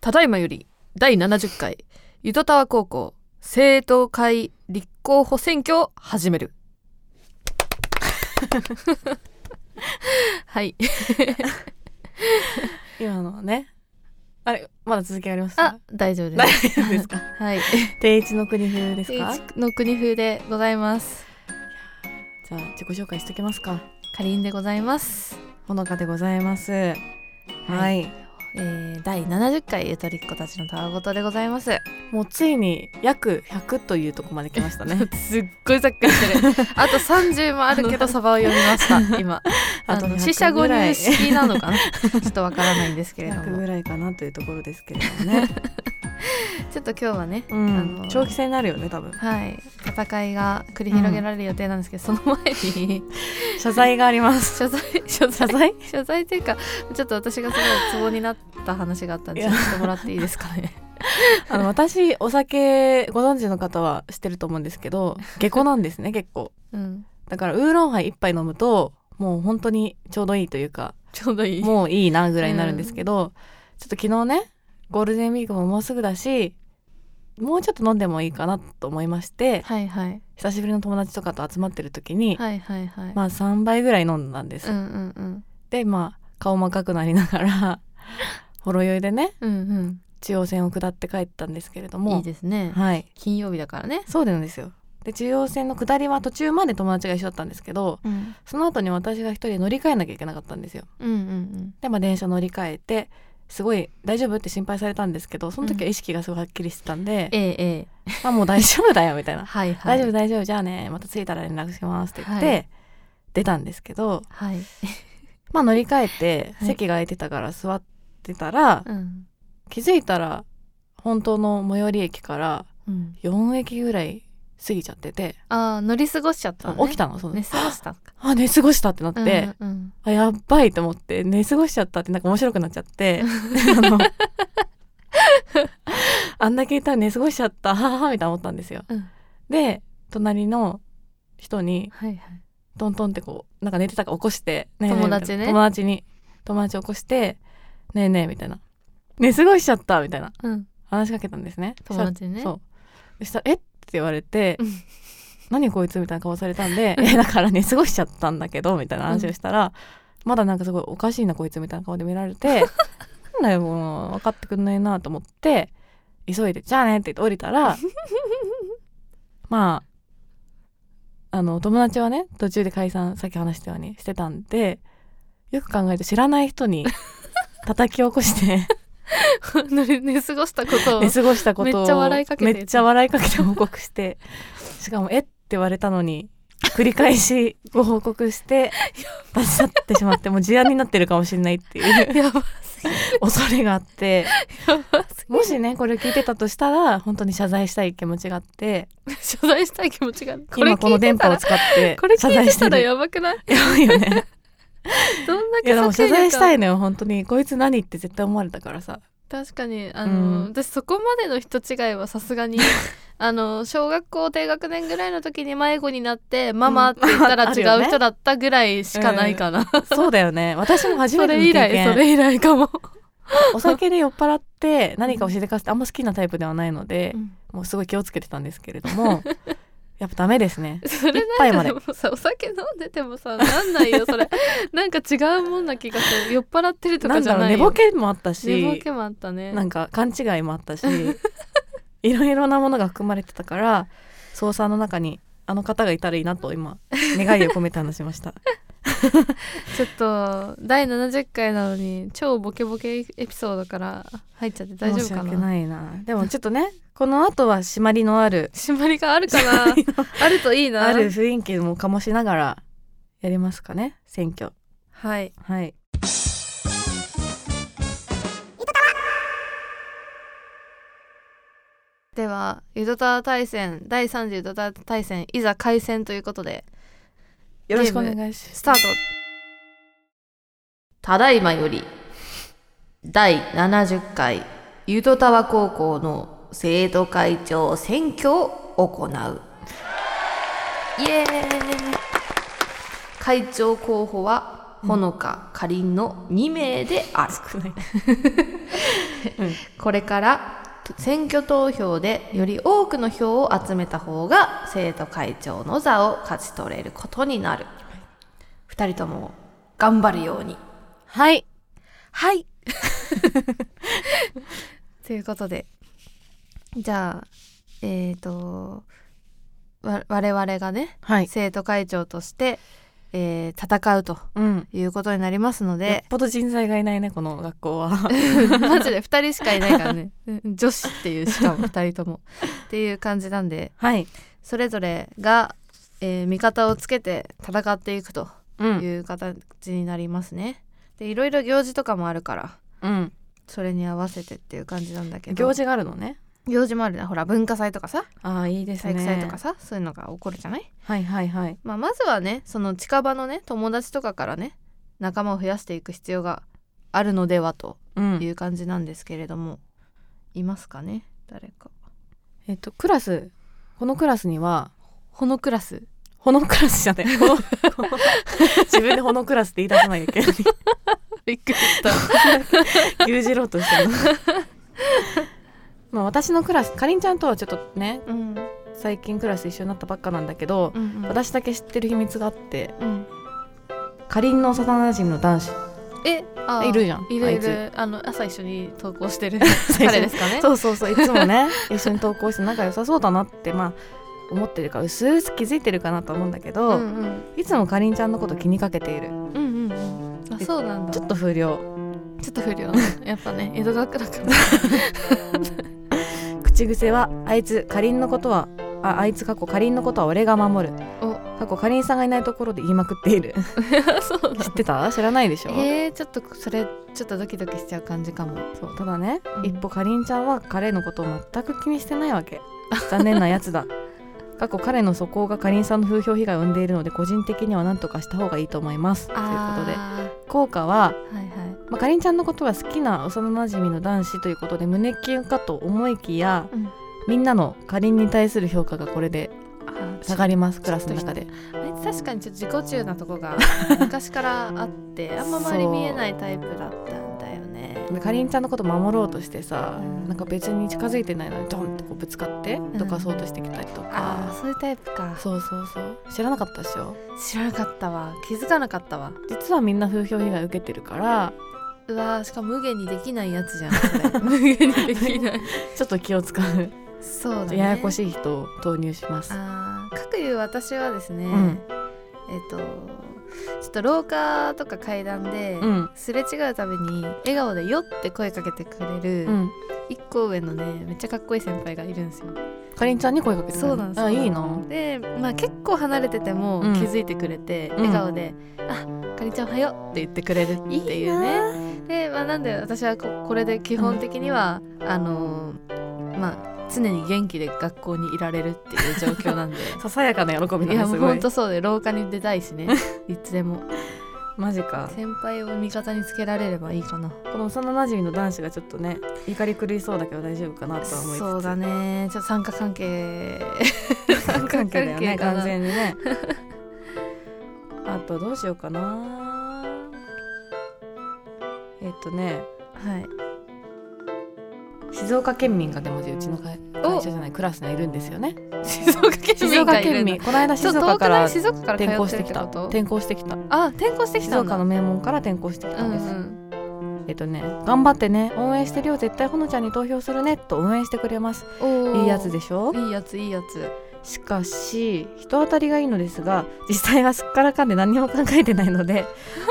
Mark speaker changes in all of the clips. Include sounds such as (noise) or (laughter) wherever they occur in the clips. Speaker 1: ただいまより第70回ゆとたわ高校生徒会立候補選挙を始める (laughs) はい
Speaker 2: 今のはねあれまだ続きあります
Speaker 1: あ
Speaker 2: か
Speaker 1: 大丈夫で
Speaker 2: 大
Speaker 1: す
Speaker 2: 丈夫 (laughs) ですか
Speaker 1: はい
Speaker 2: 定一の国風です
Speaker 1: 聖
Speaker 2: かじ
Speaker 1: 地の国風でございます
Speaker 2: ゃあ自己紹介しときますか
Speaker 1: かりんでございます
Speaker 2: ほのかでございますはい、
Speaker 1: いえー、第70回ゆとりっ子たちのたわごとでございます
Speaker 2: もうついに約100というとこまで来ましたね
Speaker 1: (laughs)
Speaker 2: (laughs)
Speaker 1: すっごいざっくりしてる (laughs) あと30もあるけどサバを読みま (laughs) した今あの
Speaker 2: 100
Speaker 1: 四捨五
Speaker 2: ぐら
Speaker 1: 入
Speaker 2: い
Speaker 1: 式なのかな (laughs) ちょっとわからないんですけれど
Speaker 2: 100
Speaker 1: も
Speaker 2: ぐらいかなというところですけれどもね、
Speaker 1: ちょっと今日はね、
Speaker 2: (laughs) う
Speaker 1: あの
Speaker 2: ん、長期戦になるよね多分
Speaker 1: はい戦いが繰り広げられる予定なんですけど、その前に
Speaker 2: 謝罪があります
Speaker 1: 謝罪 (laughs) 謝
Speaker 2: (laughs) 謝
Speaker 1: 罪
Speaker 2: 罪
Speaker 1: 謝罪っていうかちょっと私がすごいツボになった話があったんで
Speaker 2: い
Speaker 1: ち
Speaker 2: や
Speaker 1: ょっとしてもらっていいですか
Speaker 2: (laughs)
Speaker 1: ね
Speaker 2: (laughs) あの私お酒ご存知の方は知ってると思うんですけど下戸なんですね結構
Speaker 1: うん
Speaker 2: だからウーロンハイ一杯飲むともう本当にちょうどいいというか
Speaker 1: ちょうどいい
Speaker 2: もういいなぐらいになるんですけど、ちょっと昨日ねゴールデンウィークももうすぐだしもうちょっと飲んでもいいかなと思いまして
Speaker 1: はいはい
Speaker 2: 久しぶりの友達とかと集まってる時に、
Speaker 1: はいはいはい、
Speaker 2: まあ3杯ぐらい飲んだんです、
Speaker 1: うんうんうん
Speaker 2: でまあ顔も赤くなりながら (laughs) ほろ酔いでね
Speaker 1: うん
Speaker 2: 中央線を下って帰ったんですけれど
Speaker 1: うん
Speaker 2: も
Speaker 1: いいですね、
Speaker 2: はい
Speaker 1: 金曜日だからね
Speaker 2: そうなんですよで中央線の下りは途中まで友達が一緒だったんですけど
Speaker 1: うん
Speaker 2: その後に私が一人で乗り換えなきゃいけなかったんですよ
Speaker 1: うんうん
Speaker 2: でまあ電車乗り換えてすごい大丈夫って心配されたんですけどその時は意識がすごいはっきりしてたんで
Speaker 1: え、ええ
Speaker 2: あもう大丈夫だよみたい
Speaker 1: え
Speaker 2: な
Speaker 1: はい
Speaker 2: 「
Speaker 1: はい
Speaker 2: 大丈夫大丈夫じゃあねまた着いたら連絡します」って言って、
Speaker 1: はい
Speaker 2: 出たんですけど
Speaker 1: はい
Speaker 2: まあ乗り換えて
Speaker 1: はい
Speaker 2: 席が空いてたから座ってたら、
Speaker 1: うん
Speaker 2: 気づいたら本当の最寄り駅から
Speaker 1: うん
Speaker 2: 4駅ぐらい過ぎちゃってて、
Speaker 1: ああ乗り過ごしちゃったの、ね、
Speaker 2: 起きたのその、
Speaker 1: 寝過ごしたのか
Speaker 2: あ寝過ごしたってなって、
Speaker 1: うんうん
Speaker 2: あやっばいと思って寝過ごしちゃったってなんか面白くなっちゃって
Speaker 1: (laughs)
Speaker 2: あのあんだけいたら寝過ごしちゃったはははみたいな思ったんですよ
Speaker 1: うん、うん、
Speaker 2: で隣の人に
Speaker 1: はいはい
Speaker 2: トントンってこうなんか寝てたから起こして、ねええ
Speaker 1: 友達ね
Speaker 2: みたいな友達に友達起こして「ねえねえ」みたいな「寝過ごしちゃった」みたいな
Speaker 1: うん
Speaker 2: 話しかけたんですね
Speaker 1: 友達にね
Speaker 2: そうそしたら「えっ?」て言われて
Speaker 1: うん
Speaker 2: 「何こいつ」みたいな顔されたんで (laughs) 「えだから寝過ごしちゃったんだけど」みたいな話をしたら、まだなんかすごい「おかしいなこいつ」みたいな顔で見られ
Speaker 1: (laughs)
Speaker 2: て「なんだよもう分かってくんないな」と思って急いで「じゃあね」って言って降りたら
Speaker 1: (laughs)
Speaker 2: まああの友達はね途中で解散さっき話したようにしてたんでよく考えると知らない人に叩き起こして。
Speaker 1: 乗り (laughs) 寝過ごしたことを
Speaker 2: 寝過ごしたことを
Speaker 1: めっちゃ笑いかけて
Speaker 2: めっちゃ笑いかけて報告して
Speaker 1: (laughs)
Speaker 2: しかも「えっ?」て言われたのに繰り返しご報告して立ち去ってしまってもう事案になってるかもしれないって
Speaker 1: (laughs)
Speaker 2: いう
Speaker 1: やばすぎ
Speaker 2: 恐れがあって
Speaker 1: やばすぎ
Speaker 2: もしねこれ聞いてたとしたら本当に謝罪したい気持ちがあって
Speaker 1: 謝罪したい気持ちがこれ
Speaker 2: 今この
Speaker 1: 聞い
Speaker 2: 電
Speaker 1: てた
Speaker 2: 波を
Speaker 1: ら
Speaker 2: 使って
Speaker 1: これ
Speaker 2: 謝
Speaker 1: 聞い
Speaker 2: 罪
Speaker 1: て
Speaker 2: して
Speaker 1: たら
Speaker 2: る。
Speaker 1: やばくない
Speaker 2: やばいよね、
Speaker 1: どんだ
Speaker 2: いや
Speaker 1: け
Speaker 2: でも
Speaker 1: 殺意
Speaker 2: 謝
Speaker 1: 力
Speaker 2: 罪した
Speaker 1: あ
Speaker 2: い
Speaker 1: る
Speaker 2: のよ本当にこいつ何って絶対思われたからさ
Speaker 1: 確かにあの、
Speaker 2: うん
Speaker 1: 私そこまでの人違いはさすが
Speaker 2: (laughs)
Speaker 1: にあの小学校低学年ぐらいの時に迷子になってママって言ったら
Speaker 2: (laughs) うん
Speaker 1: 違う人だったぐらいしかないかな、
Speaker 2: そうだよね私も初
Speaker 1: そ
Speaker 2: めての
Speaker 1: れ
Speaker 2: 経
Speaker 1: 以
Speaker 2: 験
Speaker 1: 来それ以来かも、
Speaker 2: お酒で酔っ払って何かをしでかすってあんま好きなタイプではないので、もうすごい気をつけてたんですけれど
Speaker 1: (laughs)
Speaker 2: もやっぱダメですね
Speaker 1: それ
Speaker 2: 杯
Speaker 1: な
Speaker 2: ま
Speaker 1: んか
Speaker 2: で
Speaker 1: でもさお酒飲んでてもさなんないよそ
Speaker 2: (laughs)
Speaker 1: れなんか違うもんな気がする酔っ払ってると
Speaker 2: な
Speaker 1: か
Speaker 2: ん
Speaker 1: じ
Speaker 2: だ
Speaker 1: ゃ
Speaker 2: ろう
Speaker 1: ない
Speaker 2: 寝
Speaker 1: よ
Speaker 2: ぼけもあったし
Speaker 1: 寝ぼけもあったね
Speaker 2: なんか勘違いもあったし (laughs) いろいろなものが含まれてたから捜査の中にあの方がいたらいいなと今願いを込めて話しました
Speaker 1: ちょっと第70回なのに超ボケボケエピソードから入っちゃって (laughs) 大丈夫か
Speaker 2: 申し訳
Speaker 1: な
Speaker 2: ないなでもちょっとねこの後は締まりのある
Speaker 1: 締まりがあるか
Speaker 2: (laughs)
Speaker 1: なあるといいな
Speaker 2: ある雰囲気も醸しながらやりますかね選挙
Speaker 1: はい
Speaker 2: はい
Speaker 1: ではゆとたわ大戦第30ゆとたわ大戦いざ開戦ということで
Speaker 2: よろしくお願いします
Speaker 1: スタートただいまより第70回ゆとたわ高校の生徒会長選挙を行うイエーイ会長候補はほのかかりんの2名である (laughs)
Speaker 2: 少ないうん
Speaker 1: これから選挙投票でより多くの票を集めた方が生徒会長の座を勝ち取れることになる二人とも頑張るように
Speaker 2: はい
Speaker 1: はい (laughs) ということでじゃあえっ、とわ我々がね
Speaker 2: はい
Speaker 1: 生徒会長として、えー戦うと
Speaker 2: うん
Speaker 1: いうことになりますの
Speaker 2: よっ
Speaker 1: で
Speaker 2: ぽど人材がいないねこの学
Speaker 1: (laughs)
Speaker 2: 校は
Speaker 1: マジで2人しかいないからね女子っていうしかも2人ともっていう感じなんで
Speaker 2: はい
Speaker 1: それぞれが、えー味方をつけて戦っていくと
Speaker 2: う
Speaker 1: い
Speaker 2: ん
Speaker 1: う形になりますね。でいろいろ行事とかもあるから
Speaker 2: うん
Speaker 1: それに合わせてっていう感じなんだけど
Speaker 2: 行事があるのね
Speaker 1: 行事もあるなほら文化祭とかさ
Speaker 2: ああいいです
Speaker 1: 体
Speaker 2: ね
Speaker 1: 育祭とかさ、そういうのが起こるじゃない、
Speaker 2: はいはいはい
Speaker 1: まあ、まずはねその近場のね友達とかからね仲間を増やしていく必要があるのではと
Speaker 2: う
Speaker 1: い
Speaker 2: ん
Speaker 1: う感じなんですけれども、いますかね誰か
Speaker 2: えっとクラスこのクラスには
Speaker 1: このクラス
Speaker 2: ほのクラスじゃ
Speaker 1: (laughs)
Speaker 2: ないほの自分でほのクラスって言い出さないけど
Speaker 1: (laughs) びっくりした
Speaker 2: 牛耳ろうとしてるまあ私のクラスかりんちゃんとはちょっとね
Speaker 1: うん
Speaker 2: 最近クラス一緒になったばっかなんだけど、
Speaker 1: うんうん
Speaker 2: 私だけ知ってる秘密があって
Speaker 1: うん
Speaker 2: かりんの幼馴染の男子
Speaker 1: えあ
Speaker 2: いるじゃん
Speaker 1: いる
Speaker 2: あ
Speaker 1: い
Speaker 2: いつ
Speaker 1: るあの朝一緒に投稿して (laughs) る
Speaker 2: 最初
Speaker 1: 彼ですかね
Speaker 2: そうそうそういつもね (laughs) 一緒に投稿して仲良さそうだなってまあ思ってるからうすうす気づいてるかなと思うんだけど、
Speaker 1: うんうん
Speaker 2: いつもかりんちゃんのこと気にかけている
Speaker 1: うんうんうんあそうなんだ
Speaker 2: ちょっと不良
Speaker 1: ちょっと不良やっぱね江戸川区だから
Speaker 2: 口癖はあいつかりんのことはああいつ過去かりんのことは俺が守る
Speaker 1: (laughs) お
Speaker 2: 過去かりんさんがいないところで言いまくっている
Speaker 1: そうなんだ
Speaker 2: 知ってた知らないでしょ、
Speaker 1: えー、ちょっとそれちょっとドキドキしちゃう感じかも
Speaker 2: そうただね、
Speaker 1: うん
Speaker 2: 一歩かりんちゃんは彼のことを全く気にしてないわけ残念なやつだ (laughs) 過去彼の素行がかりんさんの風評被害を生んでいるので個人的には何とかした方がいいと思いますということで効果は、
Speaker 1: とではいはい
Speaker 2: まあ、かりんちゃんのことが好きな幼なじみの男子ということで胸キュンかと思いきや
Speaker 1: うん
Speaker 2: みんなのかりんに対する評価がこれで
Speaker 1: あー
Speaker 2: 下がります
Speaker 1: ち
Speaker 2: ク
Speaker 1: ょっ
Speaker 2: ラ
Speaker 1: と
Speaker 2: スの中で
Speaker 1: あいつ確かにちょっと自己中なと (laughs) こが昔からあってあんま周り見えないタイプだったんだよね
Speaker 2: でかりんちゃんのこと守ろうとしてさ
Speaker 1: うん
Speaker 2: なんか別に近づいてないのにドンってこうぶつかって
Speaker 1: ん
Speaker 2: どかそうとしてきたりと
Speaker 1: ああ
Speaker 2: か、
Speaker 1: そういうタイプか
Speaker 2: そうそうそう知らなかったでしょ
Speaker 1: 知らなかったわ気づかなかったわ
Speaker 2: 実はみんな風評被害受けてるから
Speaker 1: うわーしかも無限にできないやつじゃんそれ (laughs) 無限にできない
Speaker 2: ちょっと気を使う、
Speaker 1: そうだね
Speaker 2: ややこ
Speaker 1: い
Speaker 2: しい人を投入します
Speaker 1: あーかくいう私はですね、
Speaker 2: ん
Speaker 1: えっ、とちょっと廊下とか階段で、
Speaker 2: うん
Speaker 1: すれ違うたびに笑顔で「よ」って声かけてくれる、
Speaker 2: うん
Speaker 1: 一個上のねめっちゃかっこいい先輩がいるんですよ
Speaker 2: かりんちゃんに声かけてく
Speaker 1: そ
Speaker 2: れ
Speaker 1: う
Speaker 2: る
Speaker 1: なんです
Speaker 2: あいいな
Speaker 1: で、まあ、結構離れてても
Speaker 2: うん
Speaker 1: 気づいてくれて、
Speaker 2: ん
Speaker 1: 笑顔で「あかりんちゃんおはよう」って言ってくれるっていうね
Speaker 2: ね
Speaker 1: で、まあ、なんで私はここれで基本的には、あのーまあ常に元気で学校にいられるっていう状況 (laughs) なんで
Speaker 2: ささやかな喜び
Speaker 1: い
Speaker 2: な
Speaker 1: や
Speaker 2: ん
Speaker 1: もう
Speaker 2: ですご
Speaker 1: ほ
Speaker 2: い
Speaker 1: んとそうで廊下に出たいしねいつでも
Speaker 2: マジか
Speaker 1: (laughs) 先輩を味方につけられればいいかな
Speaker 2: この幼馴染の男子がちょっとね怒り狂いそうだけど大丈夫かなとは思いつつ
Speaker 1: そうだねちょっと参加関係参加
Speaker 2: (laughs)
Speaker 1: 関
Speaker 2: 関係だよね
Speaker 1: 係か
Speaker 2: 完
Speaker 1: な、
Speaker 2: 全にね (laughs) あとどうしようかなえっとね
Speaker 1: はい
Speaker 2: 静岡県民がでもうちの会
Speaker 1: お
Speaker 2: 会社じゃないクラスにはいるんですよね
Speaker 1: 静岡県
Speaker 2: 静岡県民この間
Speaker 1: ちょ
Speaker 2: 静
Speaker 1: っと遠
Speaker 2: 岡
Speaker 1: く
Speaker 2: か
Speaker 1: な
Speaker 2: ら
Speaker 1: い静岡から通
Speaker 2: 転校し
Speaker 1: ってるっ
Speaker 2: てき
Speaker 1: て
Speaker 2: た
Speaker 1: こと
Speaker 2: 転校してきた
Speaker 1: あ転校してき
Speaker 2: 静
Speaker 1: たん
Speaker 2: 岡
Speaker 1: だ
Speaker 2: の名門から転校してきた
Speaker 1: うんんう
Speaker 2: です、
Speaker 1: ん
Speaker 2: えっとね頑張ってね応援してるよ絶対ほのちゃんに投票するねと応援してくれます
Speaker 1: おー
Speaker 2: いいやつでしょ
Speaker 1: いいやついいやつ
Speaker 2: しかし人当たりがいいのですが実際はすっからかんで何にも考えてないの
Speaker 1: (laughs)
Speaker 2: で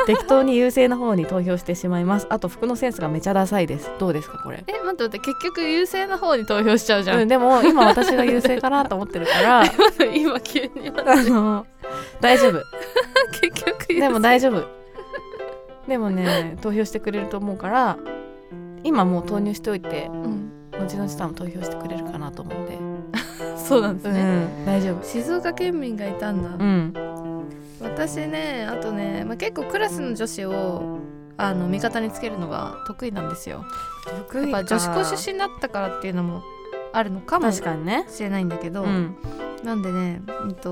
Speaker 2: 適当に優勢な方に投票してしまいますあと服のセンスがめちゃダサいですどうですかこれ
Speaker 1: え待って待って結局優勢な方に投票しちゃうじゃん
Speaker 2: うん、でも今私が優勢かなと思ってるからあ
Speaker 1: (laughs) 今急に (laughs)
Speaker 2: の大丈夫
Speaker 1: 結局
Speaker 2: でも大丈夫でもね投票してくれると思うから今もう投入しておいて
Speaker 1: うん、
Speaker 2: 後々さんも投票してくれるかなと思うんで、
Speaker 1: そうなんですね、
Speaker 2: うん大丈夫
Speaker 1: 静岡県民がいたんだ、
Speaker 2: うん
Speaker 1: 私ねあとね、まあ、結構クラスの女子をあの味方につけるのが得意なんですよ
Speaker 2: 得
Speaker 1: やっぱ女子校
Speaker 2: 身
Speaker 1: 出身だったからっていうのもあるのかも
Speaker 2: 確
Speaker 1: し
Speaker 2: かにね
Speaker 1: れないんだけど、
Speaker 2: うん
Speaker 1: なんでね、うんと、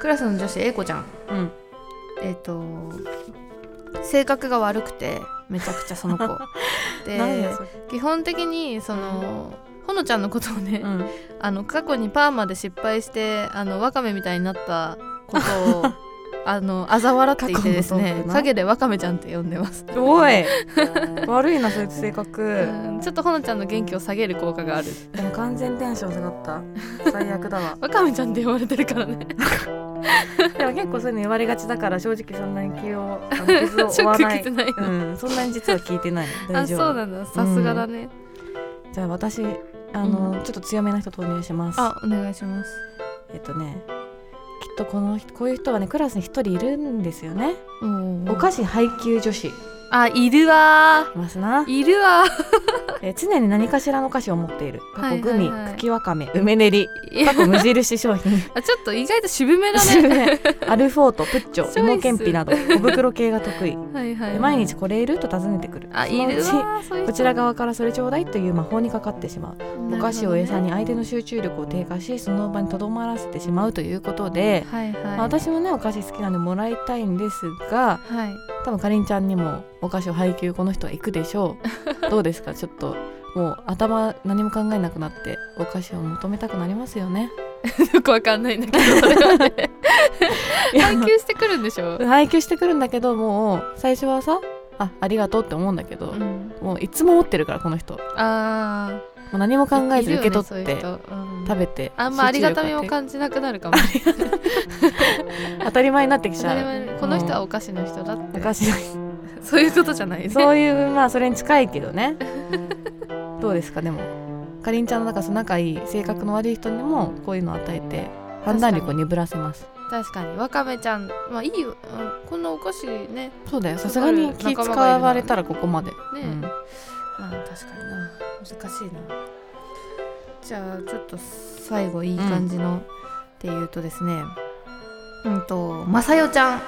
Speaker 1: クラスの女子 A 子ちゃん
Speaker 2: うん
Speaker 1: えっ、と性格が悪くてめちゃくちゃそ
Speaker 2: (laughs)
Speaker 1: の子
Speaker 2: なん
Speaker 1: で
Speaker 2: やそれ
Speaker 1: 基本的にそのほのちゃんのことをね、
Speaker 2: うん
Speaker 1: あの過去にパーマで失敗してあのワカメみたいになったこと
Speaker 2: (laughs)
Speaker 1: をあの嘲笑っていてです
Speaker 2: 過去のトー
Speaker 1: ね
Speaker 2: クな
Speaker 1: 陰でワカメちゃんって呼んでます
Speaker 2: お (laughs) い悪いなそいつ性格
Speaker 1: うんちょっとほのちゃんの元気を下げる効果がある
Speaker 2: でも完全テンション下がった最悪だわ
Speaker 1: ワカメちゃんって呼ばれてるからね
Speaker 2: (laughs) でも結構そういうの言われがちだから正直そんなに気を (laughs) あの
Speaker 1: (laughs)
Speaker 2: 傷を負わない
Speaker 1: ショック受けてない
Speaker 2: うん、そんなに実は聞いて (laughs) ないの
Speaker 1: あ
Speaker 2: 大
Speaker 1: そ
Speaker 2: 丈
Speaker 1: う
Speaker 2: 夫
Speaker 1: なんださすがだね、
Speaker 2: じゃあ私あの、
Speaker 1: うん
Speaker 2: ちょっと強めな人投入します
Speaker 1: あお願いします
Speaker 2: えっとねきっとこの人こういう人はねクラスに一人いるんですよね、お菓
Speaker 1: 子
Speaker 2: 子配給女子い
Speaker 1: あいるわ
Speaker 2: ますな
Speaker 1: ーいるわ
Speaker 2: え常に何かしらのお菓子を持っている過
Speaker 1: は
Speaker 2: 去
Speaker 1: い
Speaker 2: グ
Speaker 1: はい
Speaker 2: ミ、
Speaker 1: はい
Speaker 2: 茎わかめ梅練り
Speaker 1: ー
Speaker 2: 過去無印商品
Speaker 1: あちょっと意外と渋めだね
Speaker 2: ねアルフォートプッチ
Speaker 1: チョ
Speaker 2: ョ
Speaker 1: イス
Speaker 2: 芋けんぴなど小袋系が得意
Speaker 1: (laughs) はいはい、
Speaker 2: で毎日これいると尋ねてくる
Speaker 1: あ
Speaker 2: その
Speaker 1: いうる
Speaker 2: ち
Speaker 1: わーそういう
Speaker 2: こちら側からそれちょうだいという魔法にかかってしまうお菓子を餌
Speaker 1: に
Speaker 2: に相手の集中力を低下しその場にとどまらせてしまうということで、
Speaker 1: はいはい、
Speaker 2: まあ私もねお菓子好きなんでもらいたいんですが
Speaker 1: はい
Speaker 2: 多分かりんちゃんにもお菓子を配給この人は行くでしょ
Speaker 1: (laughs)
Speaker 2: うどうですかちょっともう頭何も考えなくなってお菓子を求めたくなりますよね
Speaker 1: よくわかんないんだ (laughs) けどそれはね配給してくるんでしょ、
Speaker 2: (laughs) 配給してくるんだけどもう最初はさあありがとうって思うんだけど、
Speaker 1: うん、
Speaker 2: もういつも持ってるからこの人も
Speaker 1: あ
Speaker 2: う何も
Speaker 1: あ
Speaker 2: 考えず受け取って、食
Speaker 1: べ
Speaker 2: べて
Speaker 1: あんまありがたみも
Speaker 2: 集中力が
Speaker 1: 感じなくなるかも
Speaker 2: 低い当たり前になってきち
Speaker 1: 当たり
Speaker 2: ゃう
Speaker 1: 前にこの人はお菓子の人だって
Speaker 2: お菓子の
Speaker 1: そういうことじゃないね
Speaker 2: そういうまあそれに近いけどね (laughs) どうですかでもかりんちゃんの中その仲いい性格の悪い人にもこういうのを与えて判断力を鈍らせます
Speaker 1: 確かにわかめちゃんまあいいよ、うんこんなお菓子ね
Speaker 2: そうだよさ
Speaker 1: さ
Speaker 2: す
Speaker 1: す
Speaker 2: が
Speaker 1: が
Speaker 2: に
Speaker 1: に
Speaker 2: 気
Speaker 1: 気
Speaker 2: 使
Speaker 1: 使
Speaker 2: わ
Speaker 1: われ
Speaker 2: れた
Speaker 1: た
Speaker 2: らここまで、
Speaker 1: ね、まあ確かにな難しいなじゃあちょっと最後いい感じの、っていうとですねうんとまさよちゃん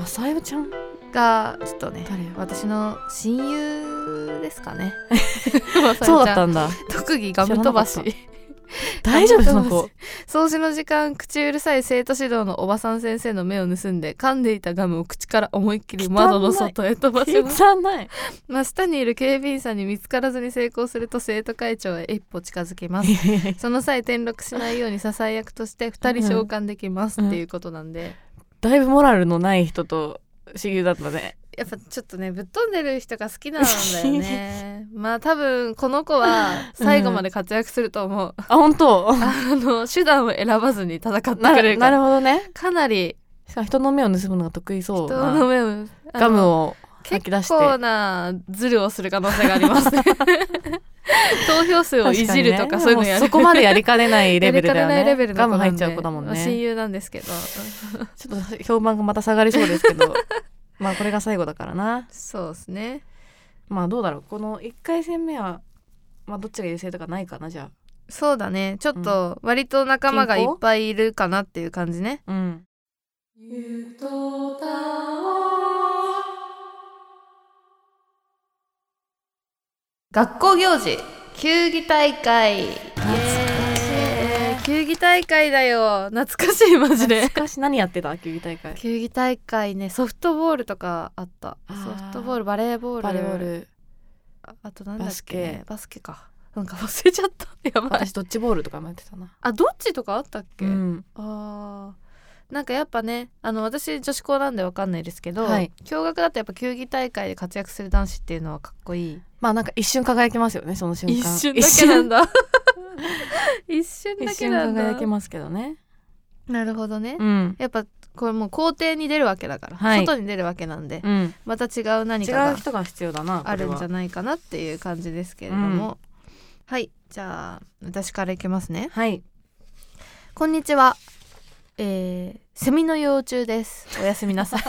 Speaker 2: あさよちゃん
Speaker 1: がちょっとね
Speaker 2: 誰よ
Speaker 1: 私の親友ですか
Speaker 2: (laughs)
Speaker 1: ね
Speaker 2: そうだった
Speaker 1: ん (laughs)
Speaker 2: んだ
Speaker 1: 特技ガム飛ばし
Speaker 2: 知らな大丈夫その子
Speaker 1: 掃除の時間口うるさい生徒指導のおばさん先生の目を盗んで噛んでいたガムを口から思いっきり窓の外へ飛ばし (laughs) ます
Speaker 2: 汚
Speaker 1: (laughs)
Speaker 2: ない
Speaker 1: 真下にいる警備員さんに見つからずに成功すると生徒会長へ一歩近づけ
Speaker 2: (laughs)
Speaker 1: ますその際転落しないように支え役として2人召喚できますっていうことなんで、
Speaker 2: だいぶモラルのない人と親友だったね
Speaker 1: やっぱちょっとねぶっ飛んでる人が好きなんだよねまあ多分この子は最後まで活躍すると思う、
Speaker 2: あ本当
Speaker 1: あの手段を選ばずに戦ってく
Speaker 2: (laughs) な
Speaker 1: れ
Speaker 2: る
Speaker 1: るか
Speaker 2: なる
Speaker 1: ら
Speaker 2: ほどね
Speaker 1: かなり
Speaker 2: しかも人の目を盗むのが得意そう
Speaker 1: 人
Speaker 2: な
Speaker 1: の目を
Speaker 2: ガム
Speaker 1: を
Speaker 2: を吐き出
Speaker 1: 結
Speaker 2: して
Speaker 1: 構なズルをする可能性があります
Speaker 2: (laughs)
Speaker 1: ね投票数をいじるとかそういうのやる
Speaker 2: もそこまでやりかねないレベルだよね
Speaker 1: やりかねないレベルの
Speaker 2: ガ
Speaker 1: 子
Speaker 2: ム
Speaker 1: なんで
Speaker 2: 入っちゃう子だもん
Speaker 1: 親
Speaker 2: ね
Speaker 1: 友なんですけど
Speaker 2: ちょっと評判がまた下がりそうですけどまあこれが最後だからな
Speaker 1: そうですね
Speaker 2: まあどうだろうこの1回戦目はまあどっちが優勢とかないかなじゃ
Speaker 1: そうだねちょっと割と仲間がいっぱいいるかなっていう感じね
Speaker 2: あうん
Speaker 1: 学校行事球技大会イエーイ球技大会だよ懐かしいマジで
Speaker 2: しかし何やってた球技大会
Speaker 1: 球技大会ねソフトボールとかあった
Speaker 2: あ
Speaker 1: ソ
Speaker 2: ー
Speaker 1: フトボールバレーボール
Speaker 2: バレーボール
Speaker 1: ああとなんだっけ、ね、バスケかなんか忘れちゃった (laughs) やばい
Speaker 2: 私ドッジボールとかもやってたな
Speaker 1: あどっちとかあったっけ、
Speaker 2: うん
Speaker 1: あーなんかやっぱねあの私女子校なんでわかんないですけど、
Speaker 2: はい
Speaker 1: 共学だとやっぱ球技大会で活躍する男子っていうのはかっこいい
Speaker 2: まあなんか一瞬輝きますよねその瞬間
Speaker 1: 一瞬だけなんだ (laughs) 一瞬
Speaker 2: 一瞬
Speaker 1: だ
Speaker 2: 一
Speaker 1: け
Speaker 2: 瞬
Speaker 1: なんだ
Speaker 2: 輝きますけどね
Speaker 1: なるほどね、
Speaker 2: うん
Speaker 1: やっぱこれもう校庭に出るわけだから、
Speaker 2: はい
Speaker 1: 外に出るわけなんで、
Speaker 2: うん
Speaker 1: また違う何
Speaker 2: 違
Speaker 1: かが
Speaker 2: う人が必要だなこれは
Speaker 1: あるんじゃないかなっていう感じですけれども、はいじゃあ私からいきますね
Speaker 2: はい
Speaker 1: こんにちはえー、セミの幼虫ですおやすみなさい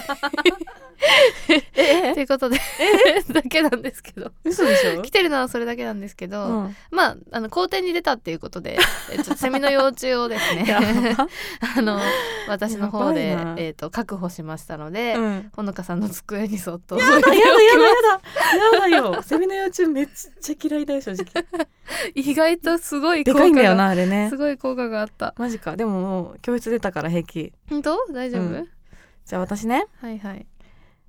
Speaker 2: え
Speaker 1: ということで (laughs) だけなんですけど
Speaker 2: 嘘でしょ
Speaker 1: 来てるのはそれだけなんですけど、
Speaker 2: うん
Speaker 1: まああの校庭に出たっていうこと
Speaker 2: (laughs)
Speaker 1: でえちょっとセミの幼虫をですね (laughs) あの私の方で
Speaker 2: やばいな、
Speaker 1: えー、と確保しましたので、
Speaker 2: うん
Speaker 1: ほのかさんの机にそっと
Speaker 2: やだやだやだやだやだよセミの幼虫めっちゃ嫌いだよ正直
Speaker 1: (laughs) 意外とすごい
Speaker 2: で
Speaker 1: 効
Speaker 2: か
Speaker 1: 果
Speaker 2: いんだよ
Speaker 1: が
Speaker 2: なあれね
Speaker 1: すごい効果があった
Speaker 2: マジかでももう教室出たから平気
Speaker 1: 本当大丈夫、
Speaker 2: うんじゃあ私ね
Speaker 1: はいはい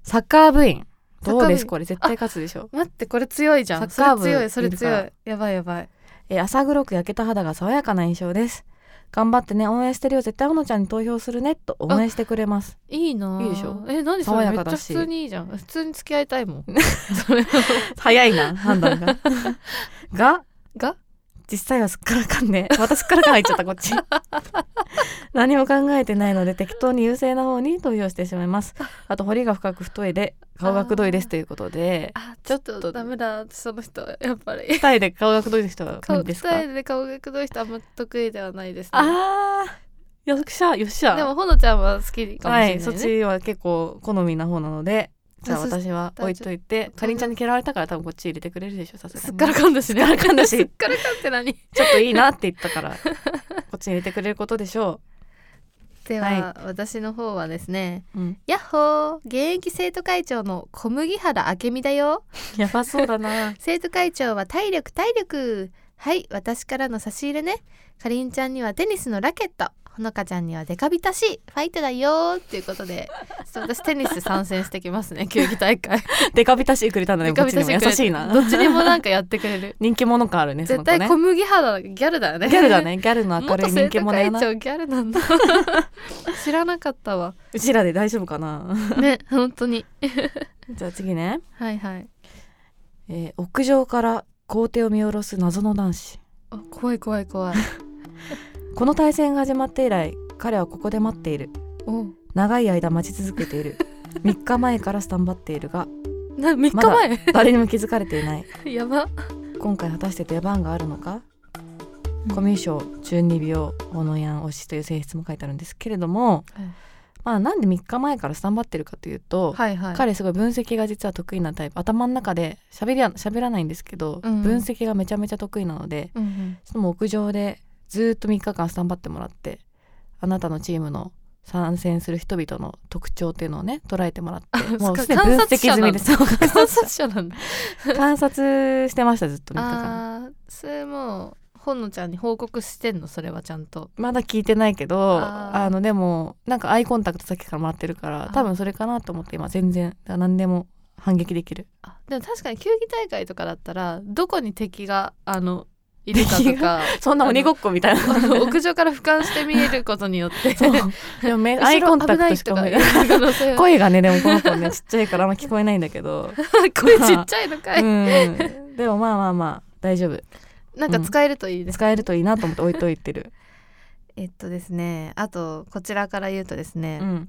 Speaker 2: サッカー部員どうです
Speaker 1: サッカー部
Speaker 2: これ絶対勝つでしょ
Speaker 1: 待ってこれ強いじゃん
Speaker 2: サッカー部
Speaker 1: それ強いそれ
Speaker 2: い
Speaker 1: 強
Speaker 2: る
Speaker 1: いやばいやばい
Speaker 2: えー浅黒く焼けた肌が爽やかな印象です頑張ってね応援してるよ絶対ほのちゃんに投票するねと応援してくれます
Speaker 1: いいなあ
Speaker 2: いいでしょ
Speaker 1: え何そ
Speaker 2: 爽
Speaker 1: れ
Speaker 2: や
Speaker 1: め
Speaker 2: か
Speaker 1: っちゃ
Speaker 2: だ
Speaker 1: 普
Speaker 2: し
Speaker 1: 通にいいじゃん普通に付き合いたい
Speaker 2: (laughs)
Speaker 1: もんそれ
Speaker 2: 早いな判断が (laughs) が
Speaker 1: が
Speaker 2: 実際はすっからかんね私すっからかん入っちゃったこっ (laughs) ち何も考えてないので適当に優勢な方に投票してしまいますあと彫りが深く太いで顔がくどいですということで
Speaker 1: あ
Speaker 2: ち
Speaker 1: ち
Speaker 2: ょ
Speaker 1: ょ
Speaker 2: っ
Speaker 1: っ
Speaker 2: と
Speaker 1: とダメだその人やっぱり
Speaker 2: (laughs) 二重で顔がくどい人は無
Speaker 1: 顔
Speaker 2: 理ですか
Speaker 1: 二重で顔がくどい人あんま得意ではないですね
Speaker 2: あーよっしゃよっしゃ
Speaker 1: でもほのちゃんは好きかもし
Speaker 2: は
Speaker 1: れない
Speaker 2: い、そっ
Speaker 1: ね
Speaker 2: ちは結構好みな方なのでじゃ
Speaker 1: あ
Speaker 2: あ
Speaker 1: そし
Speaker 2: 私は置いといて
Speaker 1: あ
Speaker 2: かりんちゃんに嫌われたから多分こっち入れてくれるでしょさすがに
Speaker 1: すっからかんだしねすっから
Speaker 2: かんだし
Speaker 1: すっからかんって
Speaker 2: (laughs)
Speaker 1: 何
Speaker 2: ちょっといいなって言ったからこっちに入れてくれることでしょ
Speaker 1: では、
Speaker 2: は
Speaker 1: 私の方はですね
Speaker 2: う、うん、
Speaker 1: やっほー現役生徒会長の小麦原明美だよ
Speaker 2: やばそうだな
Speaker 1: 生徒会長は体力体力はい私からの差し入れねかりんちゃんにはテニスのラケットほのかちゃんにはデカビタシファイトだよーっていうことでちょっと私テニス参戦してきます
Speaker 2: (laughs)
Speaker 1: ね球技大会
Speaker 2: (laughs) デカビタシくれたんだ
Speaker 1: デ
Speaker 2: ね
Speaker 1: カ
Speaker 2: こっ
Speaker 1: ビ
Speaker 2: ち
Speaker 1: タ
Speaker 2: にも
Speaker 1: シく
Speaker 2: 優
Speaker 1: れ
Speaker 2: しいな
Speaker 1: どっちにもなんかやってくれる
Speaker 2: 人気者感ある (laughs) ねその
Speaker 1: 絶
Speaker 2: 子ね
Speaker 1: 対小麦原ギャルだよね
Speaker 2: ギャルだねギャルの
Speaker 1: (laughs)
Speaker 2: 明る
Speaker 1: 元
Speaker 2: い人
Speaker 1: 生
Speaker 2: 気
Speaker 1: 徒
Speaker 2: 者や
Speaker 1: 会
Speaker 2: な
Speaker 1: 長ギャルなんだ (laughs) 知らなかったわ
Speaker 2: うちらで大丈夫かな (laughs)
Speaker 1: ね本当に
Speaker 2: じゃあ次ね、
Speaker 1: はいはい
Speaker 2: えー屋上から校庭を見下ろす謎の男子
Speaker 1: あ怖い怖い怖い
Speaker 2: この対戦が始まって以来彼はここで待っている
Speaker 1: お
Speaker 2: 長い間待ち続け
Speaker 1: (laughs)
Speaker 2: ている3日前からスタンバっているが
Speaker 1: な3日
Speaker 2: まだ
Speaker 1: 前、
Speaker 2: 誰にも気づかれていない
Speaker 1: (laughs) やば
Speaker 2: 今回果たして出番があるのかコミュ障中二病モノヤン推しという性質も書いてあるんですけれども、
Speaker 1: はい
Speaker 2: まあなんで3日前からスタンバってるかというと、
Speaker 1: はいはい
Speaker 2: 彼すごい分析が実は得意なタイプ頭の中で喋りゃ喋らないんですけど、
Speaker 1: うんうん
Speaker 2: 分析がめちゃめちゃ得意なので
Speaker 1: うんうん
Speaker 2: その屋上でずっと3日間スタンバってもらってあなたのチームの参戦する人々の特徴っていうのをね捉えてもらってもうすでに分析済みですそう観
Speaker 1: 観
Speaker 2: 察 (laughs)
Speaker 1: 察者なんだ
Speaker 2: 観察してましたずっと3日間
Speaker 1: あーそれもうほのちゃんに報告してんのそれはちゃんと
Speaker 2: まだ聞いてないけどあ
Speaker 1: あー
Speaker 2: のでもなんかアイコンタクトさっきからもらってるから多分それかなと思って今全然何でも反撃できる
Speaker 1: あでも確かに球技大会とかだったらどこに敵があの (laughs) いるかと
Speaker 2: 敵
Speaker 1: か
Speaker 2: そんな鬼ごっこみたいな
Speaker 1: あの屋上から俯瞰して見えることによって (laughs)
Speaker 2: (laughs) そうでも (laughs) 目アイコンタクトしか
Speaker 1: 後
Speaker 2: も
Speaker 1: ろ危ないとかいう可能性は
Speaker 2: (laughs) 声がねでもこの子ねちっちゃいからあんま聞こえないんだけど (laughs)
Speaker 1: (laughs) 声ちっちゃいのかい、
Speaker 2: うんでもまあまあまあ大丈夫
Speaker 1: なんか使えるといいです、
Speaker 2: 使えるといいなと思って置いといてる。
Speaker 1: えっとですねあとこちらから言うとですね、
Speaker 2: うん、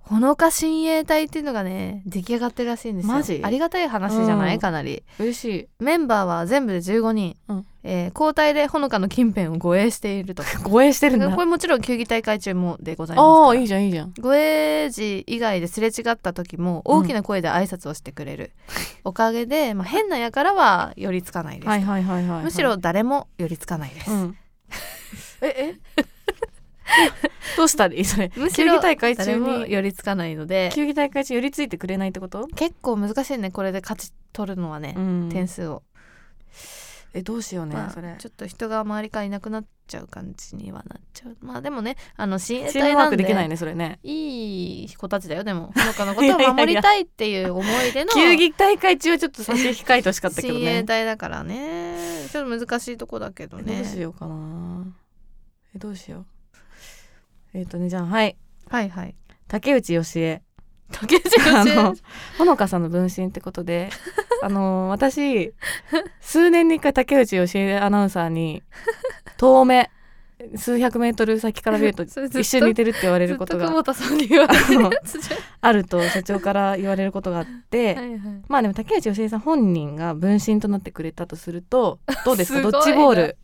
Speaker 1: ほのか親衛隊っていうのがね出来上がってるらしいんですよ
Speaker 2: マジ
Speaker 1: ありがたい話じゃない、
Speaker 2: うん
Speaker 1: かなり
Speaker 2: 嬉しい。
Speaker 1: メンバーは全部で15人、
Speaker 2: うん
Speaker 1: えー交代でほのかの近辺を護衛している
Speaker 2: (laughs)
Speaker 1: と
Speaker 2: 護衛してるんだ。
Speaker 1: これもちろん球技大会中もでございます
Speaker 2: あ
Speaker 1: か
Speaker 2: あ
Speaker 1: ら
Speaker 2: いいじゃんいいじゃん。
Speaker 1: 護衛時以外ですれ違った時も大きな声で挨拶をしてくれる、おかげで、まあ、変なやからは寄りつかないです、
Speaker 2: はいはいはいはい。
Speaker 1: むしろ、誰も寄りつかないです、
Speaker 2: うん。ええ。どうしたらいいそれ。
Speaker 1: むし
Speaker 2: 球
Speaker 1: ろ
Speaker 2: 技大会中
Speaker 1: 誰も
Speaker 2: に
Speaker 1: 寄りつかないので
Speaker 2: 球技大会中寄りついてくれないってこと？
Speaker 1: 結構難しいねこれで勝ち取るのはね、
Speaker 2: ん
Speaker 1: 点数を
Speaker 2: えどうしようね
Speaker 1: まあ
Speaker 2: それ。
Speaker 1: ちょっと人が周りからいなくなっちゃう感じにはなっちゃうまあでもねあの親衛
Speaker 2: チー
Speaker 1: 隊
Speaker 2: ムワ
Speaker 1: な
Speaker 2: ーク
Speaker 1: ん
Speaker 2: で
Speaker 1: で
Speaker 2: きないねそれね。
Speaker 1: いい子たちだよで
Speaker 2: (laughs)
Speaker 1: もほのかのことを守りたいっていう思い出の
Speaker 2: 球技大会中はちょっと差し控えてほしかったけど (laughs)
Speaker 1: 親衛
Speaker 2: ね。
Speaker 1: 隊だからねちょっと難しいとこだけど
Speaker 2: ど
Speaker 1: ね
Speaker 2: うしようかな。えどうしよう。えっとねじゃあはい
Speaker 1: はいはい
Speaker 2: 竹内義恵。
Speaker 1: 竹内選
Speaker 2: あ
Speaker 1: 手
Speaker 2: のほのかさんの分身ってことで
Speaker 1: (laughs)
Speaker 2: あの私数年に一回竹内義恵アナウンサーに遠目数百メートル先から見る
Speaker 1: (laughs)
Speaker 2: と
Speaker 1: それずっと
Speaker 2: 一瞬似てるって言われ
Speaker 1: ず
Speaker 2: る
Speaker 1: っと
Speaker 2: こと
Speaker 1: 久
Speaker 2: が
Speaker 1: 保田さんに言われてるやつじ
Speaker 2: あると社長から言われることがあって、
Speaker 1: ゃんはいはい
Speaker 2: まあでも竹内義恵さん本人が分身となってくれたとするとどうですか
Speaker 1: (laughs) すごい
Speaker 2: ド
Speaker 1: な
Speaker 2: ッジボール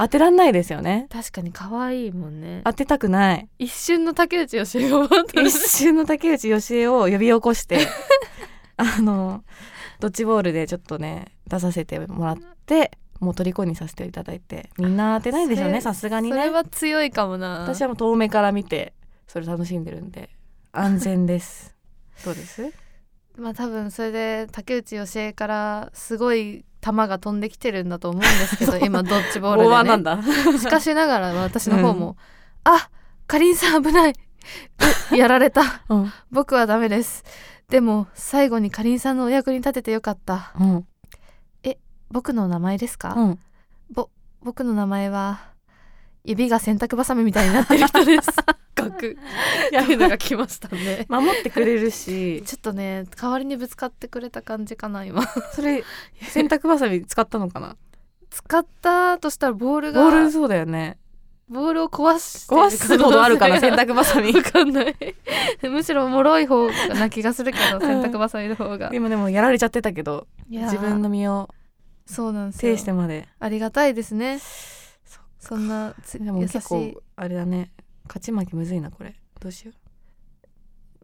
Speaker 2: 当てらんないですよね
Speaker 1: 確かに可愛いもんね
Speaker 2: 当てたくない
Speaker 1: 一瞬の竹内義恵が終わった
Speaker 2: 一瞬の竹内義恵を呼び起こして (laughs) あのドッジボールでちょっとね出させてもらってもう虜にさせていただいてみんな当てないでしょうね
Speaker 1: そ
Speaker 2: さすがに
Speaker 1: それ
Speaker 2: ね
Speaker 1: は強いかもな
Speaker 2: 私はもう遠目から見てそれ楽しんでるんで安全ですどうです
Speaker 1: まあ多分それで竹内義恵からすごい球が飛んできてるんだと思うんですけど
Speaker 2: そう
Speaker 1: 今ドッジボー
Speaker 2: 大盤な
Speaker 1: ル
Speaker 2: ん
Speaker 1: で、
Speaker 2: だ
Speaker 1: ね、しかしながら私の方も「あかりんさん危ないうやられた
Speaker 2: うん
Speaker 1: 僕はダメですでも最後にかりんさんのお役に立ててよかった
Speaker 2: うん
Speaker 1: 僕の名前ですか、
Speaker 2: うん
Speaker 1: ぼ僕の名前は指が洗濯バサミみたいになってる人
Speaker 2: (laughs)
Speaker 1: です学やるのが来ましたね
Speaker 2: 守ってくれるし
Speaker 1: ちょっとね代わりにぶつかってくれた感じかな今
Speaker 2: それ洗濯ばさみ使ったのかな
Speaker 1: 使ったとしたらボールが
Speaker 2: ボールそうだよね
Speaker 1: ボールを壊してる
Speaker 2: 壊すことあ
Speaker 1: (laughs)
Speaker 2: るかな
Speaker 1: 可能
Speaker 2: 洗
Speaker 1: 性が
Speaker 2: 濯ばさみ
Speaker 1: わかんないむしろ脆い方な気がするけ
Speaker 2: (laughs)
Speaker 1: ど洗濯バサミの方が
Speaker 2: 今でもやられちゃってたけど
Speaker 1: いやー
Speaker 2: 自分の身を
Speaker 1: そうなんですよ
Speaker 2: 制してまで
Speaker 1: ありがたいですねそんなつ
Speaker 2: でも
Speaker 1: 優し
Speaker 2: 結構
Speaker 1: い
Speaker 2: あれだね勝ち負けむずいなこれどうしよ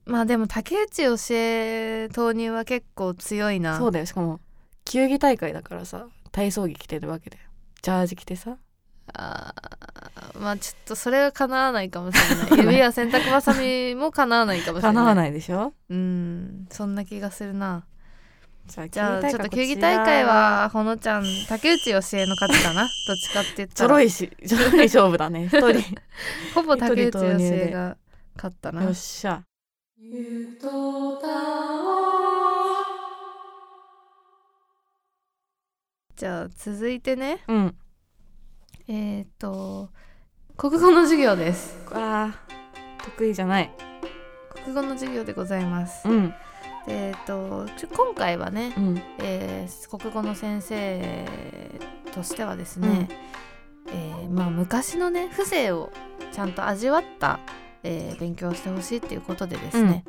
Speaker 1: まあでも竹内教え投入は結構強いうな
Speaker 2: そうだよしかも球技大会だからさ体操着着てるわけだよジャージ着てさ
Speaker 1: あーまあちょっとそれはかなわないかもし
Speaker 2: (laughs)
Speaker 1: れない指や洗濯ばさみもかなわないかもしれない
Speaker 2: 叶わないでしょ
Speaker 1: うんそんな気がするな
Speaker 2: じゃあ
Speaker 1: じゃあちょっと球技
Speaker 2: こちら
Speaker 1: 大会はほのちゃん竹内教えの勝ちか
Speaker 2: (laughs)
Speaker 1: などっちかって言っ
Speaker 2: ち
Speaker 1: た
Speaker 2: ょろ
Speaker 1: ら
Speaker 2: いしちょろい勝負
Speaker 1: (laughs)
Speaker 2: だね一人
Speaker 1: ほぼ竹内
Speaker 2: 一人
Speaker 1: 教
Speaker 2: 投入で
Speaker 1: えが勝ったな
Speaker 2: よっしゃ
Speaker 1: じゃあ続いてね
Speaker 2: うん
Speaker 1: えっ、と国語の授業です
Speaker 2: あー得意じゃない
Speaker 1: 国語の授業でございます
Speaker 2: うん
Speaker 1: えっ、とちょ今回はね (laughs)
Speaker 2: うん
Speaker 1: えー国語の先生としてはですね、えーまあ、昔のね風情をちゃんと味わった、えー勉強をしてほしいっていうことでですね、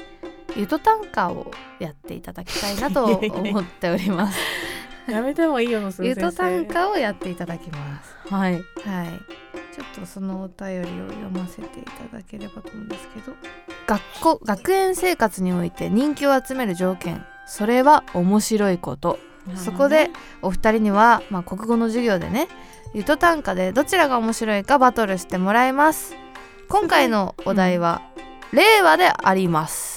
Speaker 1: ゆと短歌をやっていただきたいなと
Speaker 2: (laughs) いやいやいや
Speaker 1: 思っております。
Speaker 2: やめてもいいよのす
Speaker 1: ゆと短歌をやっていただきます。
Speaker 2: はい
Speaker 1: はい、ちょっとそのお便りを読ませていただければと思うんですけど学校学園生活において人気を集める条件それは面白いことそこでお二人には、まあ、国語の授業でねゆと短歌でどちらが面白いかバトルしてもらいます今回のお題は「令和であります」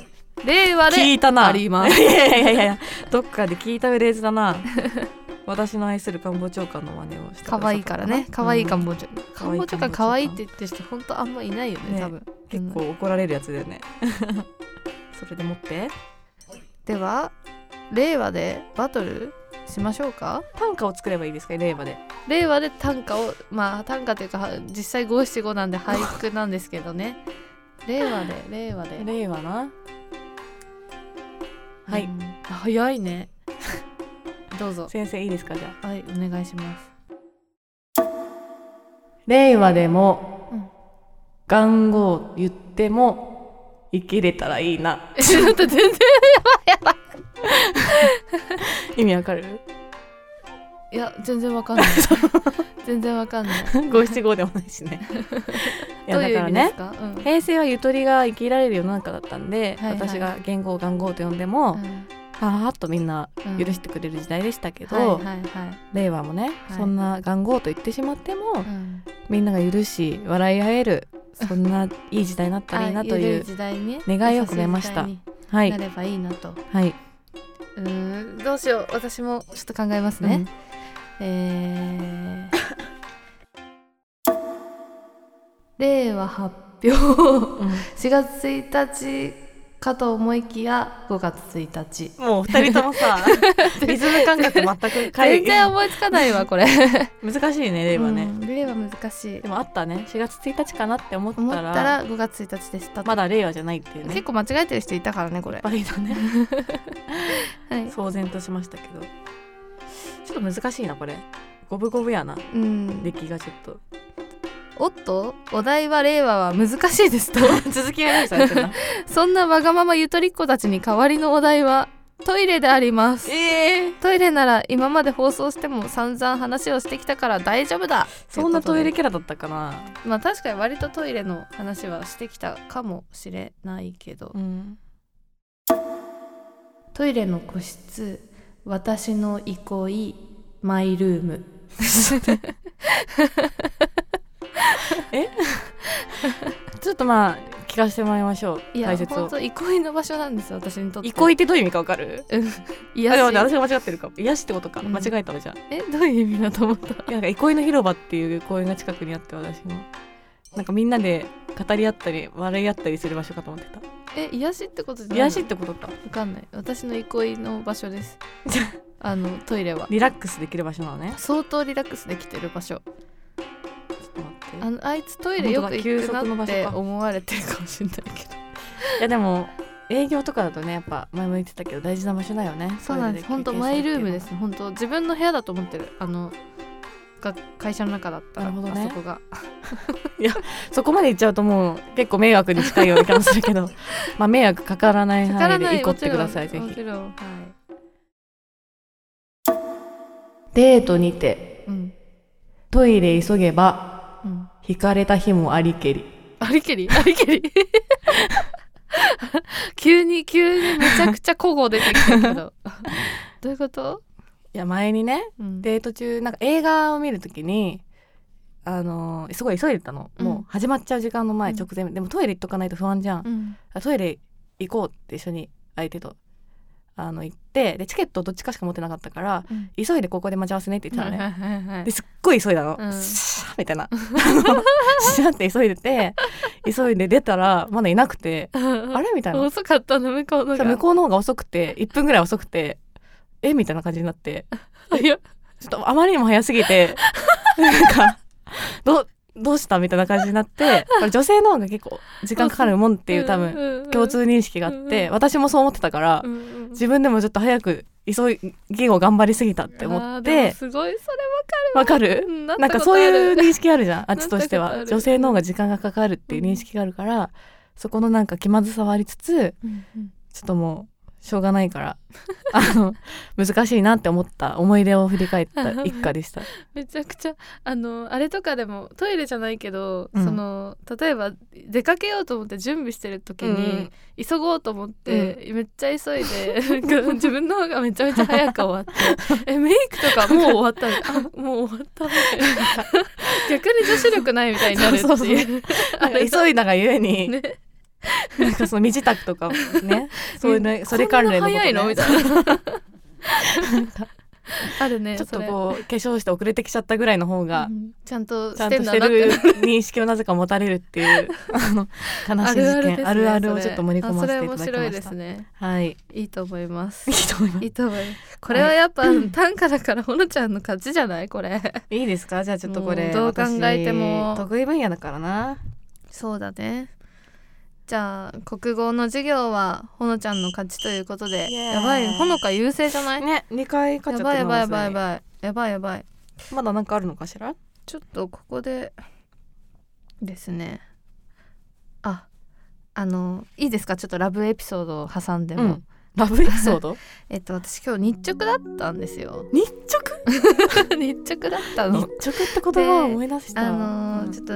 Speaker 1: (laughs) 令和
Speaker 2: 聞
Speaker 1: で
Speaker 2: いたな
Speaker 1: あります
Speaker 2: (laughs) いやいやいやいやどっかで聞いたフレーズだな (laughs) 私の愛する官房長官の真似をしてくださった
Speaker 1: 可愛いからね可愛い官
Speaker 2: うん
Speaker 1: 房長官
Speaker 2: 可愛
Speaker 1: 官
Speaker 2: い
Speaker 1: 房長官可愛いって言ってる人本当あんまいないよね
Speaker 2: ね
Speaker 1: 多分
Speaker 2: 結構怒られるやつだよね (laughs) それでもって
Speaker 1: では令和でバトルしましょうか
Speaker 2: 短歌を作ればいいですか令和で
Speaker 1: 令和で短歌をまあ短歌というかは実際五七五なんで俳句なんですけど (laughs) ね令和で令和で
Speaker 2: 令和なは
Speaker 1: う
Speaker 2: い
Speaker 1: ん早い
Speaker 2: (laughs)
Speaker 1: ねどうぞ
Speaker 2: 先生いいですかじゃあ
Speaker 1: はいお願いします
Speaker 2: 令和でも、
Speaker 1: うん
Speaker 2: 願語言っても生きれたらいいな (laughs)
Speaker 1: えだって全然
Speaker 2: 意味わ
Speaker 1: (laughs)
Speaker 2: かる
Speaker 1: いや全然わ
Speaker 2: (laughs)
Speaker 1: かんない全然わかんない
Speaker 2: 五七五でもないし
Speaker 1: (laughs)
Speaker 2: ねい
Speaker 1: ど
Speaker 2: や
Speaker 1: うい
Speaker 2: だ
Speaker 1: う意味です
Speaker 2: からね
Speaker 1: か、うん
Speaker 2: 平成はゆとりが生きられる世の中だったんで、
Speaker 1: はいはい
Speaker 2: 私が言語を願語と呼んでも、ははっとみんな
Speaker 1: うん
Speaker 2: 許してくれる時代でしたけど、
Speaker 1: はいはいはい、
Speaker 2: 令和もね、
Speaker 1: はい
Speaker 2: そんな願語と言ってしまっても、
Speaker 1: うん、
Speaker 2: みんなが許し笑い合えるそんないい時代になったらいいなと
Speaker 1: あゆ
Speaker 2: い
Speaker 1: る (laughs)
Speaker 2: う
Speaker 1: 時代にね
Speaker 2: 願いを込めました
Speaker 1: 優しい時
Speaker 2: は
Speaker 1: 代にないればいいなと、
Speaker 2: はい、
Speaker 1: うーんどうしよう私もちょっと考えますね、えー令和発表
Speaker 2: うん、
Speaker 1: 4月1日かと思いきや5月1日
Speaker 2: もう二人とも (laughs) さリズム感覚全く
Speaker 1: 全然思いつかないわこれ
Speaker 2: 難しい (laughs) ね令和ね、
Speaker 1: うん令和難しい
Speaker 2: でもあったね4月1日かなって思ったら
Speaker 1: 思ったら5月1日でした
Speaker 2: まだ令和じゃないっていうね
Speaker 1: 結構間違えてる人いたからねこれ、
Speaker 2: いっぱいだね
Speaker 1: はい、
Speaker 2: 騒然としましたけどちょっと難しいなこれ五分五分やな
Speaker 1: うん
Speaker 2: 出来がちょっと
Speaker 1: おっとお題は令和は難しいですと
Speaker 2: (laughs) 続きが用意されてるな
Speaker 1: そんなわがままゆとりっ子たちに代わりのお題はトイレであります
Speaker 2: (laughs) ええ
Speaker 1: トイレなら今まで放送しても散々話をしてきたから大丈夫だ
Speaker 2: そんなトイレ
Speaker 1: という
Speaker 2: キャラだったかな
Speaker 1: ことでまあ確かに割とトイレの話はしてきたかもしれないけど
Speaker 2: うん
Speaker 1: トイレの個室私の憩いマイルー
Speaker 2: (laughs)
Speaker 1: ム
Speaker 2: ちょっとまあ聞かせてもらいましょう
Speaker 1: いや
Speaker 2: 解説
Speaker 1: 本
Speaker 2: を
Speaker 1: 当憩いの場所なんですよ私にとって
Speaker 2: 憩いってどういう意味かわかる
Speaker 1: い
Speaker 2: あでも
Speaker 1: や
Speaker 2: 私
Speaker 1: し
Speaker 2: が間違ってるか癒しってことか、
Speaker 1: うん
Speaker 2: 間違えたわじゃあ (laughs)
Speaker 1: えどういう意味だと思った
Speaker 2: いやなんか憩いの広場っていう公園が近くにあって私もなんかみんなで語り合ったり笑い合ったりする場所かと思ってた
Speaker 1: え癒しってことじゃない
Speaker 2: 癒しってことか
Speaker 1: わかんない私の憩いの場所ですあのトイレは
Speaker 2: リラックスできる場所なのね
Speaker 1: 相当リラックスできてる場所
Speaker 2: ちょっと待って
Speaker 1: あのあいつトイレよく行く
Speaker 2: 本当だ休息
Speaker 1: な
Speaker 2: の
Speaker 1: っ
Speaker 2: 場
Speaker 1: て
Speaker 2: 所か
Speaker 1: 思われてるかもしれないけど
Speaker 2: (laughs) いやでも営業とかだとねやっぱ前も言ってたけど大事な場所だよね
Speaker 1: そうなんです
Speaker 2: トイレ
Speaker 1: 本当
Speaker 2: 休憩
Speaker 1: マイルームですす本当自分の部屋だと思ってるあのが会社の中だったら
Speaker 2: なるほどね
Speaker 1: あそこが
Speaker 2: るっていうのはそこまで行っちゃうともう結構迷惑に近いような気もする
Speaker 1: (laughs)
Speaker 2: けどまあ迷惑かからない
Speaker 1: か
Speaker 2: 範
Speaker 1: ら
Speaker 2: 囲で
Speaker 1: ない
Speaker 2: 行こってくださいぜ
Speaker 1: も
Speaker 2: ひ
Speaker 1: ちろんもちろんは
Speaker 2: デートにて
Speaker 1: いうん
Speaker 2: トイレ急げば
Speaker 1: うん
Speaker 2: 引かれた日もありけり
Speaker 1: ありけりありけ (laughs) り急に急にめちゃくちゃ古語出てきたけど
Speaker 2: (laughs)
Speaker 1: どういうこと、
Speaker 2: いや前にね
Speaker 1: うん、
Speaker 2: デート中なんか映画を見るときにあのーすごい急いでたの、
Speaker 1: うん
Speaker 2: もう始まっちゃう時間の前
Speaker 1: うん
Speaker 2: 直前、でもトイレ行っとかないと不安じゃん、
Speaker 1: うん
Speaker 2: あトイレ行こうって一緒に相手とあの行ってでチケットどっちかしか持ってなかったから
Speaker 1: うん
Speaker 2: 急いでここで待ち合わせねって言ってたのね、
Speaker 1: ね (laughs)
Speaker 2: ですっごい急いだの、
Speaker 1: うん
Speaker 2: シャーみたいなあのシャーって急いでて急いで出たらまだいなくてあ
Speaker 1: あ
Speaker 2: れみたいな
Speaker 1: 遅かったの向こうの
Speaker 2: さ
Speaker 1: が
Speaker 2: 向こうの方が遅くて1分ぐらい遅くてえみたいな感じになって
Speaker 1: いや
Speaker 2: ちょっとあまりにも早すぎてなんかどうどうしたみたいな感じになってこれ女性の方が結構時間かかるもんっていう多分
Speaker 1: 分
Speaker 2: 共通認識があっ
Speaker 1: うんう
Speaker 2: て
Speaker 1: ん
Speaker 2: 私もそう思ってたから自分でもちょっと早く急ぎを頑張りすぎたって思って
Speaker 1: すごいそ
Speaker 2: わかる
Speaker 1: れうんなっ
Speaker 2: な
Speaker 1: たこ
Speaker 2: んか
Speaker 1: と
Speaker 2: そ
Speaker 1: あ
Speaker 2: う
Speaker 1: る (laughs)
Speaker 2: いう認識あるじゃんあっちとして
Speaker 1: なったことあ
Speaker 2: は
Speaker 1: る
Speaker 2: 女性の方が時間がかかるっていう認識があるから、そこのなんか気まずさはありつつ
Speaker 1: うんうん
Speaker 2: ちょっともうしょうがないから
Speaker 1: (laughs)
Speaker 2: あの難しいなって思った思い出を振り返った
Speaker 1: (laughs)
Speaker 2: 一家でした。
Speaker 1: めちゃくちゃあのあれとかでもトイレじゃないけど、
Speaker 2: うん
Speaker 1: その例えば出かけようと思って準備してる時
Speaker 2: うんう
Speaker 1: に
Speaker 2: ん、
Speaker 1: 急ごうと思って、めっちゃ急いでなんか自分の方がめちゃめちゃ早く終わ
Speaker 2: (laughs)
Speaker 1: ってえメイクとかもう終わったあもう終わったみたいな逆に女子力ないみたいになるっていう
Speaker 2: そうそうそうなんか急いだがゆえ
Speaker 1: (laughs)
Speaker 2: に、
Speaker 1: ね
Speaker 2: なんかその身支度とかもね
Speaker 1: (laughs)
Speaker 2: そういうのそれ関連の
Speaker 1: こん
Speaker 2: こと、ね、
Speaker 1: な早いのみたいなあるね
Speaker 2: ちょっ
Speaker 1: そ
Speaker 2: と
Speaker 1: れ
Speaker 2: こう化粧して遅れてきちゃったぐらいの方が、
Speaker 1: うんちゃんと
Speaker 2: ちゃ
Speaker 1: して
Speaker 2: んと
Speaker 1: ん
Speaker 2: し
Speaker 1: だ
Speaker 2: て
Speaker 1: なっ
Speaker 2: る
Speaker 1: て
Speaker 2: 認識をなぜか持たれるっ
Speaker 1: (laughs)
Speaker 2: ていうあの悲しい事件あるある,、をちょっと盛り込ませていただきました
Speaker 1: それ面白いです (laughs) ね
Speaker 2: はいい
Speaker 1: いいと思います
Speaker 2: いと思います
Speaker 1: いいと思いますこれはやっぱ短歌だからほのちゃんの勝ちじゃないこれ
Speaker 2: いいですかじゃあちょっとこ
Speaker 1: う
Speaker 2: れ
Speaker 1: んどう考えても
Speaker 2: 私得意分野だからな
Speaker 1: そうだねじゃあ国語の授業はほのちゃんの勝ちということで
Speaker 2: イエーイ
Speaker 1: やばいほのか優勢じゃない
Speaker 2: ね二回
Speaker 1: や
Speaker 2: 勝っちゃっ
Speaker 1: ばい
Speaker 2: た
Speaker 1: やばいやばいや
Speaker 2: い
Speaker 1: ばいやばいやばい
Speaker 2: まだなんかあるのかしら
Speaker 1: ちょっとここでですねああのいいですかちょっとラブエピソードを挟んでも、
Speaker 2: うんラブエピソード
Speaker 1: えっと私今日日直だったんですよ
Speaker 2: 日
Speaker 1: (laughs)
Speaker 2: 直
Speaker 1: 日直だった
Speaker 2: 日
Speaker 1: の
Speaker 2: 直って言葉を思い出した
Speaker 1: あのー
Speaker 2: うん
Speaker 1: ちょっと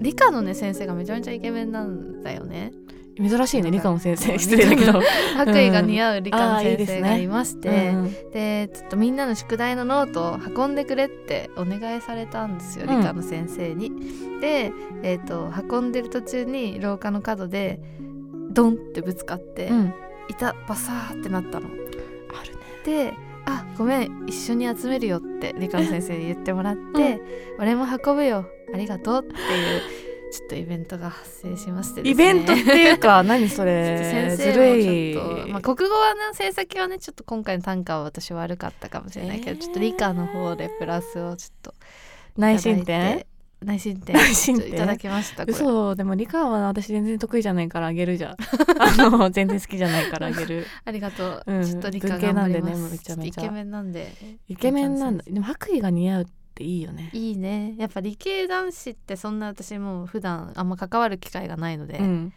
Speaker 1: 理科のね先生がめちゃめちゃイケメンなんだよね
Speaker 2: 珍しいね理科の先生 (laughs) 失礼だけど
Speaker 1: 白衣が似合う理科の先生
Speaker 2: あ
Speaker 1: が
Speaker 2: ーいいですね
Speaker 1: いまして
Speaker 2: うん
Speaker 1: でちょっとみんなの宿題のノートを運んでくれってお願いされたんですよ理
Speaker 2: うん
Speaker 1: 科の先生に。で、えー、と運んでる途中に廊下の角でドンってぶつかって、
Speaker 2: うん
Speaker 1: 板バサーってなったの。
Speaker 2: あるね
Speaker 1: で「あごめん一緒に集めるよ」って理科の先生に言ってもら
Speaker 2: (laughs)
Speaker 1: って「俺も運ぶよありがとう」っていうちょっとイベントが発生しましてですね
Speaker 2: イベントっていうか何そ
Speaker 1: ちょっと
Speaker 2: れ
Speaker 1: 先
Speaker 2: ずる
Speaker 1: 生
Speaker 2: い
Speaker 1: もちょっと、まあ、国語はね成績はねちょっと今回の短歌は私悪かったかもしれないけど、
Speaker 2: えー
Speaker 1: ちょっと理科の方でプラスをちょっとい
Speaker 2: 内
Speaker 1: ただい
Speaker 2: 申
Speaker 1: て
Speaker 2: 点
Speaker 1: 内申点
Speaker 2: 内申
Speaker 1: ちょっといただ
Speaker 2: 点
Speaker 1: きましたこれ
Speaker 2: 嘘でも理科は私全然得意じゃないからあげるじゃ (laughs) んあの全然好きじゃないからあげる
Speaker 1: ありがとう、
Speaker 2: うん
Speaker 1: ちょっと理科頑張りま
Speaker 2: 文系なんでね
Speaker 1: す、
Speaker 2: めちゃめちゃ
Speaker 1: ょっとイケメンなんで
Speaker 2: (laughs) イケメンなんだでも白衣が似合うっていいよね
Speaker 1: いいねやっぱ理系男子ってそんな私もう普段あんま関わる機会がないので、
Speaker 2: うん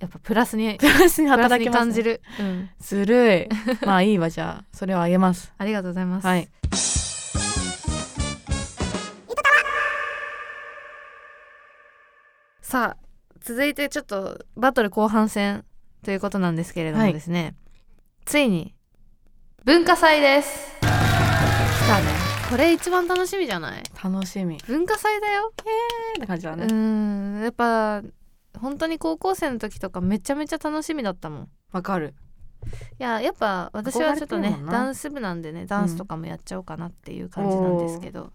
Speaker 1: やっぱプラスに
Speaker 2: プラスに
Speaker 1: プラス
Speaker 2: 働
Speaker 1: に
Speaker 2: きます
Speaker 1: 感
Speaker 2: ね
Speaker 1: じる、うん、
Speaker 2: ずるいまあいいわじゃあそれをあげます
Speaker 1: ありがとうございます、
Speaker 2: はい
Speaker 1: さあ続いてちょっとバトル後半戦ということなんですけれどもですね、ついに文化祭です来たねこれ一番楽しみじゃない
Speaker 2: 楽しみっ
Speaker 1: 文化祭だよ
Speaker 2: て感じだ
Speaker 1: う
Speaker 2: ね、
Speaker 1: ーんやっぱ本当に高校生の時とかめちゃめちゃ楽しみだったもんい
Speaker 2: わかる
Speaker 1: ややっぱ私はちょっと
Speaker 2: 憧
Speaker 1: ね
Speaker 2: れてるもんな
Speaker 1: ダンス部なんでねダンスとかもやっちゃおうかなっていう感じなんですけど、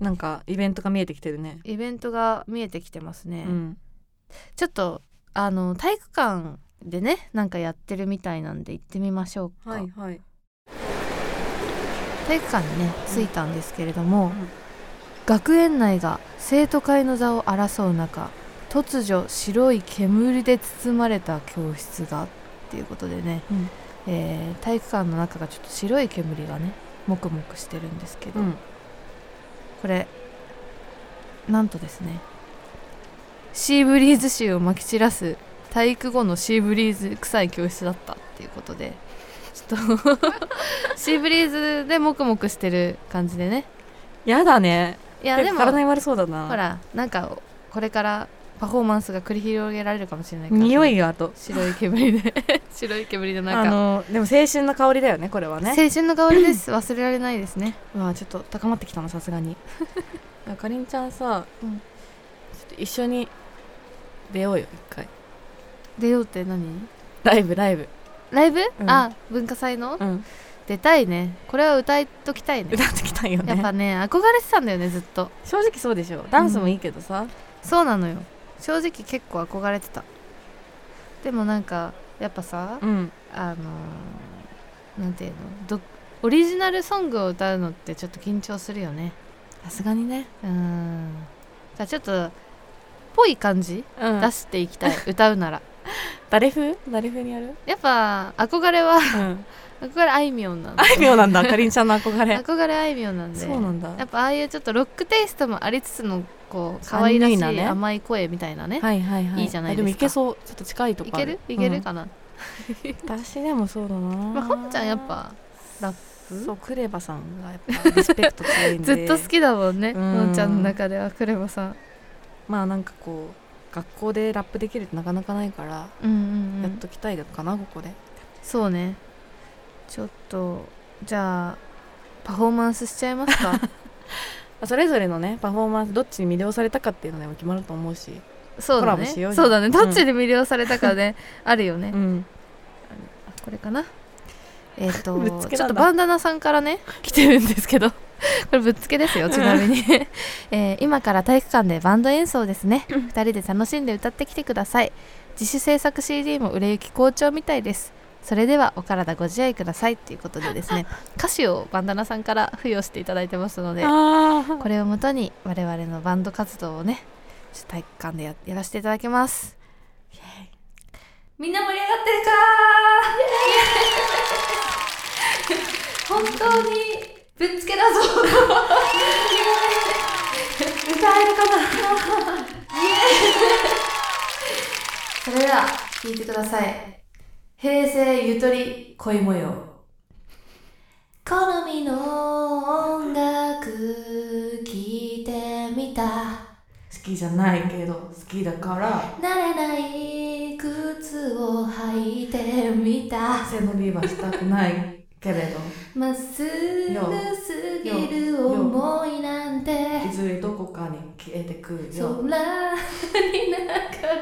Speaker 2: なんかイベントが見えてきてるね。
Speaker 1: イベントが見えてきてますね、
Speaker 2: うん。
Speaker 1: ちょっとあの体育館でねなんかやってるみたいなんで行ってみましょうか、
Speaker 2: はいはい。
Speaker 1: 体育館にね着いたんですけれども、
Speaker 2: ん
Speaker 1: 学園内が生徒会の座を争う中突如白い煙で包まれた教室がっていうことでね、
Speaker 2: うん
Speaker 1: えー体育館の中がちょっと白い煙がねもくもくしてるんですけど、
Speaker 2: うん。
Speaker 1: これなんとですねシーブリーズ臭をまき散らす体育後のシーブリーズ臭い教室だったっていうことでちょっと (laughs) シーブリーズでモクモクしてる感じでね
Speaker 2: やだね。
Speaker 1: いやでも
Speaker 2: 体
Speaker 1: ほ
Speaker 2: に悪そうだな。。
Speaker 1: らなんかこれからパフォーマンスが繰り広げられるかもしれないから
Speaker 2: 匂いがあと。
Speaker 1: 白い煙で (laughs) 白い煙でな
Speaker 2: あ
Speaker 1: んか
Speaker 2: のでも青春の香りだよねこれはね。
Speaker 1: 青春の香り
Speaker 2: (coughs)
Speaker 1: です忘れられないですね
Speaker 2: まあちょっと高まってきたのさす (laughs) がにいやかりんちゃんさ、
Speaker 1: うん
Speaker 2: ちょっと一緒に出ようよ一回
Speaker 1: 出ようって何
Speaker 2: ライブライブ、
Speaker 1: ライブ、
Speaker 2: うん
Speaker 1: あ文化祭の、
Speaker 2: うん、
Speaker 1: 出たいねこれは歌いときたいね
Speaker 2: 歌ってきたいよ
Speaker 1: やっ
Speaker 2: ね
Speaker 1: ぱね憧れてたんだよねずっと
Speaker 2: 正直そうでしょダンスもいいけどさ、
Speaker 1: そうなのよ正直結構憧れてたでもなんかやっぱさ
Speaker 2: うん、
Speaker 1: あのーなんていうのどオリジナルソングを歌うのってちょっと緊張するよね
Speaker 2: さすがにね、
Speaker 1: うーんじゃあちょっとぽい感じ
Speaker 2: うん
Speaker 1: 出していきたい、歌うなら
Speaker 2: 誰風誰風に (laughs) やる
Speaker 1: やっぱ憧れは
Speaker 2: うん
Speaker 1: 憧れあいみょんなんで
Speaker 2: あいみょんなんだかりんちゃんの憧れ
Speaker 1: 憧れあいみょんなんで
Speaker 2: (laughs) そうなんだ
Speaker 1: やっぱああいうちょっとロックテイストもありつつのこう可愛らし
Speaker 2: アンニュイないね
Speaker 1: 甘い声みたいなね
Speaker 2: はいはいはい
Speaker 1: いいじゃないですか
Speaker 2: でもいけそうちょっと近いと
Speaker 1: い
Speaker 2: こあ
Speaker 1: けるいけるかな、
Speaker 2: うん私でもそうだな
Speaker 1: まあ、ほんちゃんやっぱラップ
Speaker 2: そうクレバさんがやっぱリスペクト強いん
Speaker 1: ず
Speaker 2: で (laughs)
Speaker 1: っと好きだもんね
Speaker 2: うん
Speaker 1: ほんちゃんの中ではクレバさん
Speaker 2: まあなんかこう学校でラップできるってなかなかないから、
Speaker 1: うんうん、う
Speaker 2: やっ
Speaker 1: ん、
Speaker 2: ときたいかなここで
Speaker 1: そうねちょっとじゃあパフォーマンスしちゃいます
Speaker 2: (laughs)
Speaker 1: か
Speaker 2: それぞれのねパフォーマンスどっちに魅了されたかっていうのでも決まると思うし、
Speaker 1: そうだ
Speaker 2: コラボしよう
Speaker 1: ね
Speaker 2: よ
Speaker 1: そうだねどっちで魅了されたかね、あるよね、
Speaker 2: ん、
Speaker 1: これかなえっ、
Speaker 2: (laughs) ぶっ
Speaker 1: と
Speaker 2: つけ
Speaker 1: ちょ
Speaker 2: な
Speaker 1: っと
Speaker 2: んだ
Speaker 1: バンダナさんからね (laughs) 来てるんですけど (laughs) これぶっつけですよちなみ
Speaker 2: (laughs)
Speaker 1: に、えー今から体育館でバンド演奏ですね2人で楽しんで歌ってきてください自主制作 CD も売れ行き好調みたいですそれではお体ご自愛くださいっていうことでです
Speaker 2: (laughs)
Speaker 1: ね歌詞をバンダナさんから付与していただいてますので
Speaker 2: あ
Speaker 1: (laughs)
Speaker 2: あ
Speaker 1: これをもとに我々のバンド活動をねちょっと体育館でややらせていただきますみんな盛り上がってるか本当にぶっつけだぞ (laughs) 歌えるかなそれでは聞いてください平成ゆとり恋模様好みの音楽聴いてみた
Speaker 2: 好きじゃないけど好きだから
Speaker 1: 慣れない靴を履いてみた
Speaker 2: 背伸びはしたくないけれ (laughs)
Speaker 1: まっすぐすぎる
Speaker 2: よ
Speaker 1: 思いなんて
Speaker 2: どずれどこかに消えてくる
Speaker 1: 空に流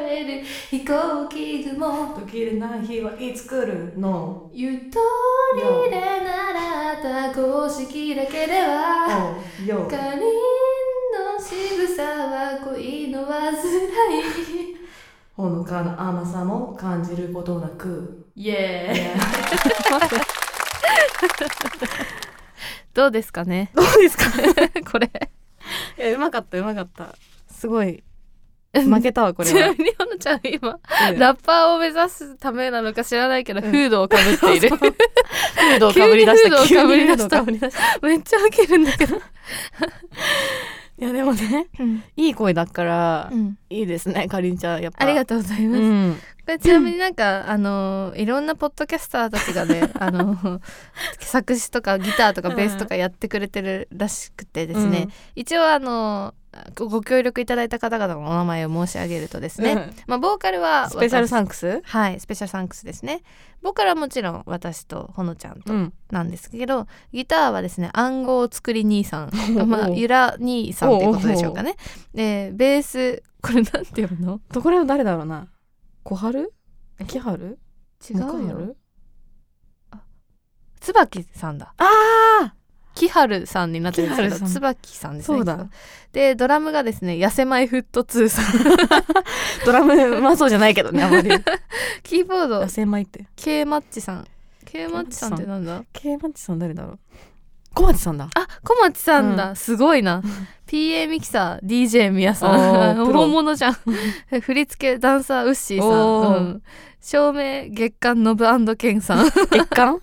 Speaker 1: れる飛行機雲
Speaker 2: 途切れない日はいつ来るの
Speaker 1: ゆとりで習った公式だけでは
Speaker 2: よ
Speaker 1: 他人の渋さは恋の煩い
Speaker 2: ほのかな甘さも感じることなく
Speaker 1: イエーイどうですかね
Speaker 2: どうですか
Speaker 1: (laughs) これ
Speaker 2: (laughs) いやうまかったうまかったすごい負けたわこれ
Speaker 1: ちな
Speaker 2: (laughs) は
Speaker 1: みにほのちゃん今
Speaker 2: うん
Speaker 1: ラッパーを目指すためなのか知らないけど、フードをかぶっている
Speaker 2: フードをかぶり出した
Speaker 1: (laughs) 急にフードを被り出した
Speaker 2: 急にフードを被り出した
Speaker 1: (laughs) めっちゃウケるんだけど、
Speaker 2: いやでもねいい声だから、いいですねかりんちゃんやっぱ
Speaker 1: ありがとうございます、こ
Speaker 2: ん、
Speaker 1: れちなみになんかあのいろんなポッドキャスターたちがねあの作詞とかギターとかベースとかやってくれてるらしくてですね、
Speaker 2: うん
Speaker 1: 一応あのごご協力いただいた方々のお名前を申し上げるとですね、
Speaker 2: うん
Speaker 1: まあボーカルは
Speaker 2: スペシャルサ
Speaker 1: ン
Speaker 2: ンクス
Speaker 1: はいスペシャルサンクスですね僕らはもちろん私とほのちゃんと
Speaker 2: うん
Speaker 1: なんですけどギターはですね暗号作り兄
Speaker 2: (laughs)
Speaker 1: さんまあ
Speaker 2: おう
Speaker 1: ゆら兄さんっていうことでしょうかねでベースこれなんて読むの
Speaker 2: とこれは誰だろうな小春木春
Speaker 1: 違うよ
Speaker 2: よ
Speaker 1: 椿さんだ
Speaker 2: ああ
Speaker 1: 木はるさんになってるんですけ
Speaker 2: 木
Speaker 1: ど
Speaker 2: 春さん
Speaker 1: 椿さんですね
Speaker 2: そうだ
Speaker 1: きっとでドラムがですね痩せまいフット2さん
Speaker 2: ドラムうまそうじゃないけどねあんま (laughs) り
Speaker 1: キーボード
Speaker 2: 野生米って
Speaker 1: K マッチさん K マッチさんってなんだ
Speaker 2: K マッチさん誰だろう小町さんだ
Speaker 1: あ小町さんだ、
Speaker 2: う
Speaker 1: すごいな PA ミキサー DJ ミヤさ
Speaker 2: お
Speaker 1: ん (laughs)
Speaker 2: ープロ
Speaker 1: 本物
Speaker 2: (laughs)
Speaker 1: じゃん振り付けダンサーウッシー
Speaker 2: お
Speaker 1: さ
Speaker 2: ー
Speaker 1: ん、うん、照明月刊ノブケン (laughs) さん
Speaker 2: 月刊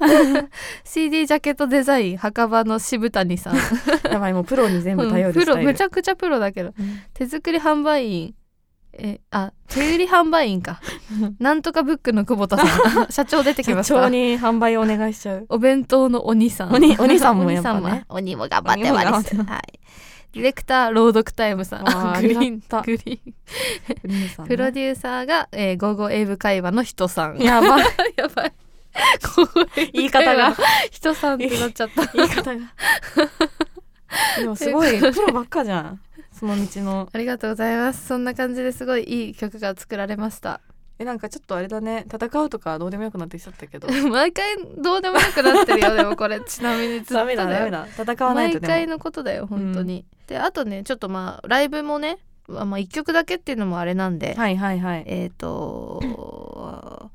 Speaker 2: (laughs)
Speaker 1: CD ジャケットデザイン墓場の渋谷
Speaker 2: (laughs)
Speaker 1: さん
Speaker 2: やばいもうプロに全部頼
Speaker 1: うん
Speaker 2: る
Speaker 1: プ
Speaker 2: スタ
Speaker 1: ロ
Speaker 2: イル、
Speaker 1: めちゃくちゃプロだけど手作り販売員えあ手売り販売員
Speaker 2: (laughs)
Speaker 1: かなんとかブックの久保田さん社長出てきま
Speaker 2: 社
Speaker 1: した
Speaker 2: 長に販売お願いしちゃ (laughs) う
Speaker 1: お弁当のお兄さん
Speaker 2: おにお兄さんもやっぱ
Speaker 1: お兄さんも
Speaker 2: ね
Speaker 1: お兄も頑張って
Speaker 2: お兄も頑張
Speaker 1: ま
Speaker 2: っ
Speaker 1: す
Speaker 2: て
Speaker 1: はいディレクター朗読タイムさ
Speaker 2: あー
Speaker 1: んグリー
Speaker 2: あり
Speaker 1: ン
Speaker 2: がた
Speaker 1: グリーン
Speaker 2: お兄さんね
Speaker 1: プロデューサーが「えー、ゴーゴーエイブ会話」の人さん
Speaker 2: やばい
Speaker 1: やばいゴーゴーエイブ
Speaker 2: 言い方が
Speaker 1: 人さんってなっちゃった
Speaker 2: 言い方が (laughs) でもすごいプロばっかじゃんその道の
Speaker 1: (laughs) ありがとうございますそんな感じですごいいい曲が作られました
Speaker 2: えなんかちょっとあれだね戦うとかどうでもよくなってきちゃった
Speaker 1: (laughs)
Speaker 2: けど
Speaker 1: (laughs) 毎回どうでもよくなってる (laughs) よでもこれちなみにずっ
Speaker 2: ダ
Speaker 1: と
Speaker 2: メだダメだ戦わないと
Speaker 1: 毎
Speaker 2: で
Speaker 1: 回
Speaker 2: も
Speaker 1: のことだよ本当に、であとねちょっとまあライブもねまあまあ1曲だけっていうのもあれなんで、
Speaker 2: はいはいはい
Speaker 1: えっ、と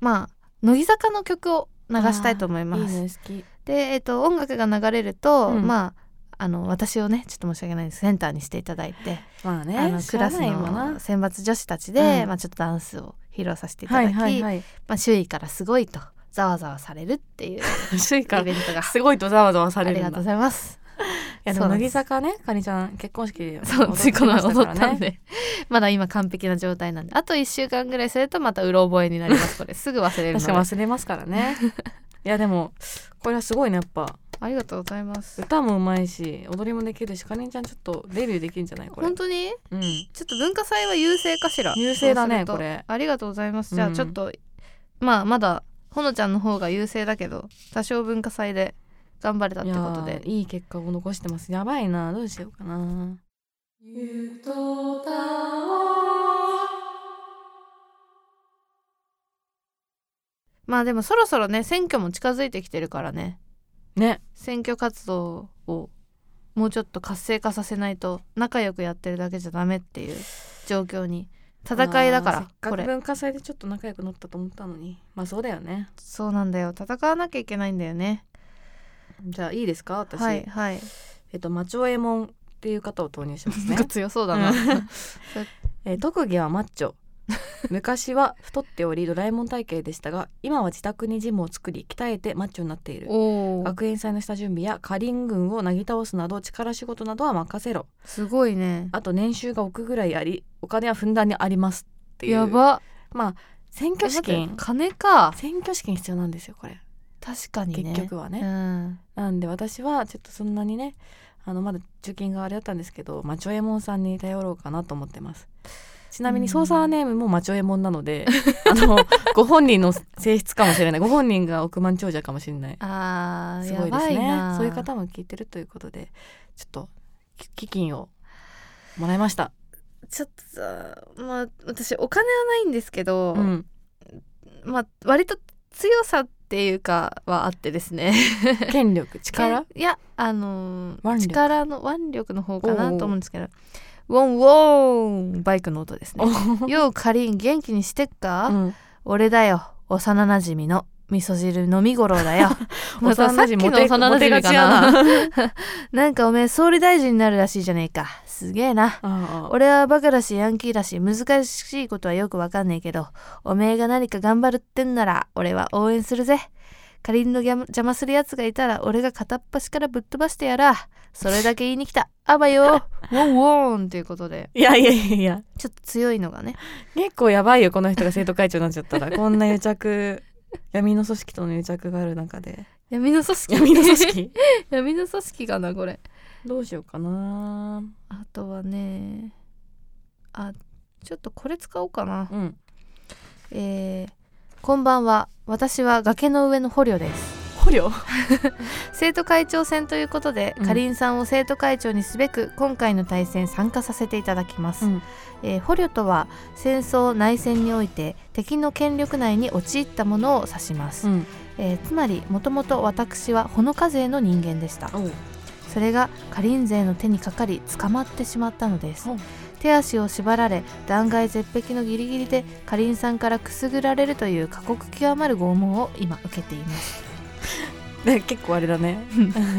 Speaker 1: まあ乃木坂の曲を流したいと思います
Speaker 2: いいね好き
Speaker 1: でえっ、と音楽が流れると、
Speaker 2: うん
Speaker 1: まああの私をねちょっと申し訳ないんですセンターにしていただいて、
Speaker 2: まあ
Speaker 1: あ
Speaker 2: ね
Speaker 1: のクラス
Speaker 2: 知らないもん
Speaker 1: の
Speaker 2: な
Speaker 1: 選抜女子たちで、
Speaker 2: うん
Speaker 1: まあ、ちょっとダンスを披露させていた
Speaker 2: は
Speaker 1: だ
Speaker 2: い
Speaker 1: き、
Speaker 2: はいはい
Speaker 1: まあ、周囲からすごいとざわざわされるっていう
Speaker 2: 周囲か
Speaker 1: イベントが
Speaker 2: すごいとざわざわさ
Speaker 1: あ
Speaker 2: れ
Speaker 1: り
Speaker 2: る
Speaker 1: が
Speaker 2: ん
Speaker 1: とう
Speaker 2: だ
Speaker 1: ござ
Speaker 2: い
Speaker 1: い
Speaker 2: (laughs)
Speaker 1: ます。
Speaker 2: やで
Speaker 1: そ
Speaker 2: も
Speaker 1: うな
Speaker 2: 乃
Speaker 1: んで
Speaker 2: 木
Speaker 1: す
Speaker 2: 坂ねかにちゃん結婚式
Speaker 1: (laughs)
Speaker 2: で
Speaker 1: そう、ついこ
Speaker 2: こ
Speaker 1: の
Speaker 2: の
Speaker 1: 踊ったんで、 (laughs) まだ今完璧な状態なんで、あと1週間ぐらいするとまたうろ覚えになります。これすぐ忘れる
Speaker 2: 確
Speaker 1: の
Speaker 2: か
Speaker 1: で
Speaker 2: に。忘れますか
Speaker 1: (laughs)
Speaker 2: らねいやでもこれはすごいねやっぱ
Speaker 1: ありがとうございます。
Speaker 2: 歌もうまいし踊りもできるしかりんちゃんちょっとデビューできるんじゃないこれ
Speaker 1: 本当に
Speaker 2: うん
Speaker 1: ちょっと文化祭は優勢かしら。
Speaker 2: 優勢だね
Speaker 1: そうすると
Speaker 2: これ
Speaker 1: ありがとうございます。じゃ
Speaker 2: う
Speaker 1: あ
Speaker 2: ん
Speaker 1: ちょっと、まあまだほのちゃんの方が優勢だけど、多少文化祭で頑張れたってこと
Speaker 2: いや
Speaker 1: で
Speaker 2: ー。いい結果を残してますやばいなどうしようかな
Speaker 1: まあでもそろそろね、選挙も近づいてきてるからね。
Speaker 2: ね
Speaker 1: 選挙活動をもうちょっと活性化させないと仲良くやってるだけじゃダメっていう状況に戦いだか
Speaker 2: あー
Speaker 1: ら
Speaker 2: せっ
Speaker 1: こ
Speaker 2: かく
Speaker 1: れ
Speaker 2: 文化祭でちょっと仲良くなったと思ったのにまあそうだよね
Speaker 1: そうなんだよ戦わなきゃいけないんだよね
Speaker 2: じゃあいいですか私、
Speaker 1: はいはい
Speaker 2: えっとマチョエモンっていう方を投入します
Speaker 1: な
Speaker 2: ね
Speaker 1: んか強そうだな
Speaker 2: えー特技はマッチョ昔は太っておりドラえもん体型でしたが今は自宅にジムを作り鍛えてマッチョになっている
Speaker 1: おお
Speaker 2: 学園祭の下準備やカリン軍をなぎ倒すなど力仕事などは任せろ
Speaker 1: すごいね
Speaker 2: あと年収が億ぐらいありお金はふんだんにありますっていう
Speaker 1: やば
Speaker 2: まあ選挙資
Speaker 1: え待っ
Speaker 2: 金
Speaker 1: て金か
Speaker 2: 選挙資金必要なんですよこれ
Speaker 1: 確かにね
Speaker 2: 結局はね、
Speaker 1: うん
Speaker 2: なんで私はちょっとそんなにねあのまだ貯金があれだったんですけどマチョエモンさんに頼ろうかなと思ってますちなみ
Speaker 1: う
Speaker 2: に
Speaker 1: ん
Speaker 2: 操作ネームもマチョエモンなので (laughs) あのご本人の性質かもしれないご本人が億万長者かもしれない
Speaker 1: あー
Speaker 2: す
Speaker 1: や
Speaker 2: ごいで
Speaker 1: ば
Speaker 2: す
Speaker 1: い
Speaker 2: ね
Speaker 1: な
Speaker 2: そういう方も聞いてるということでちょっとき (laughs) 基金をもらいました
Speaker 1: ちょっとさまあ私お金はないんですけど、
Speaker 2: うん
Speaker 1: まあ割と強さっていうかはあってですね
Speaker 2: 権力力
Speaker 1: (laughs) えいやあのー
Speaker 2: 腕力
Speaker 1: 力の腕力の方か
Speaker 2: おうお
Speaker 1: な
Speaker 2: う
Speaker 1: と思うんですけどウォンウォーンバイクの音ですね
Speaker 2: お
Speaker 1: ようかりん元気にしてっか、
Speaker 2: うん
Speaker 1: 俺だよ幼なじみの味噌汁飲み頃だよ (laughs) またさ
Speaker 2: 幼
Speaker 1: っ
Speaker 2: 馴
Speaker 1: き
Speaker 2: 染
Speaker 1: の
Speaker 2: モテ
Speaker 1: 幼なじみか
Speaker 2: モ
Speaker 1: な (laughs) なんかおめえ総理大臣になるらしいじゃねえかすげえな
Speaker 2: あ (laughs) あ
Speaker 1: 俺はバカだしヤンキーだし難しいことはよくわかんねえけどおめえが何か頑張るってんなら俺は応援するぜかりんのギャム邪魔するやつがいたら俺が片っ端からぶっ飛ばしてやらそれだけ言いに来たあばよ (laughs) ウォンウォーンということで
Speaker 2: いやいやいやいや
Speaker 1: ちょっと強いのがね
Speaker 2: 結構やばいよこの人が生徒会長になっちゃった (laughs) らこんな癒着闇の組織との癒着がある中で
Speaker 1: 闇の組織
Speaker 2: 闇の組織
Speaker 1: (laughs) 闇の組織かなこれ
Speaker 2: (laughs) どうしようかな
Speaker 1: あとはねあちょっとこれ使おうかな
Speaker 2: うん
Speaker 1: えー、こんばんは私は崖の上の捕虜です
Speaker 2: 捕虜
Speaker 1: 生徒会長選ということで、
Speaker 2: うん
Speaker 1: かりんさんを生徒会長にすべく今回の対戦参加させていただきます、
Speaker 2: うん
Speaker 1: えー捕虜とは戦争内戦において敵の権力内に陥ったものを指します、
Speaker 2: うん
Speaker 1: えーつまりもともと私はほのか勢の人間でした
Speaker 3: おう
Speaker 1: それがかりん勢の手にかかり捕まってしまったのです
Speaker 2: お
Speaker 1: 手足を縛られ断崖絶壁のギリギリでかりんさんからくすぐられるという過酷極まる拷問を今受けています
Speaker 2: で結構あれだ (laughs) ね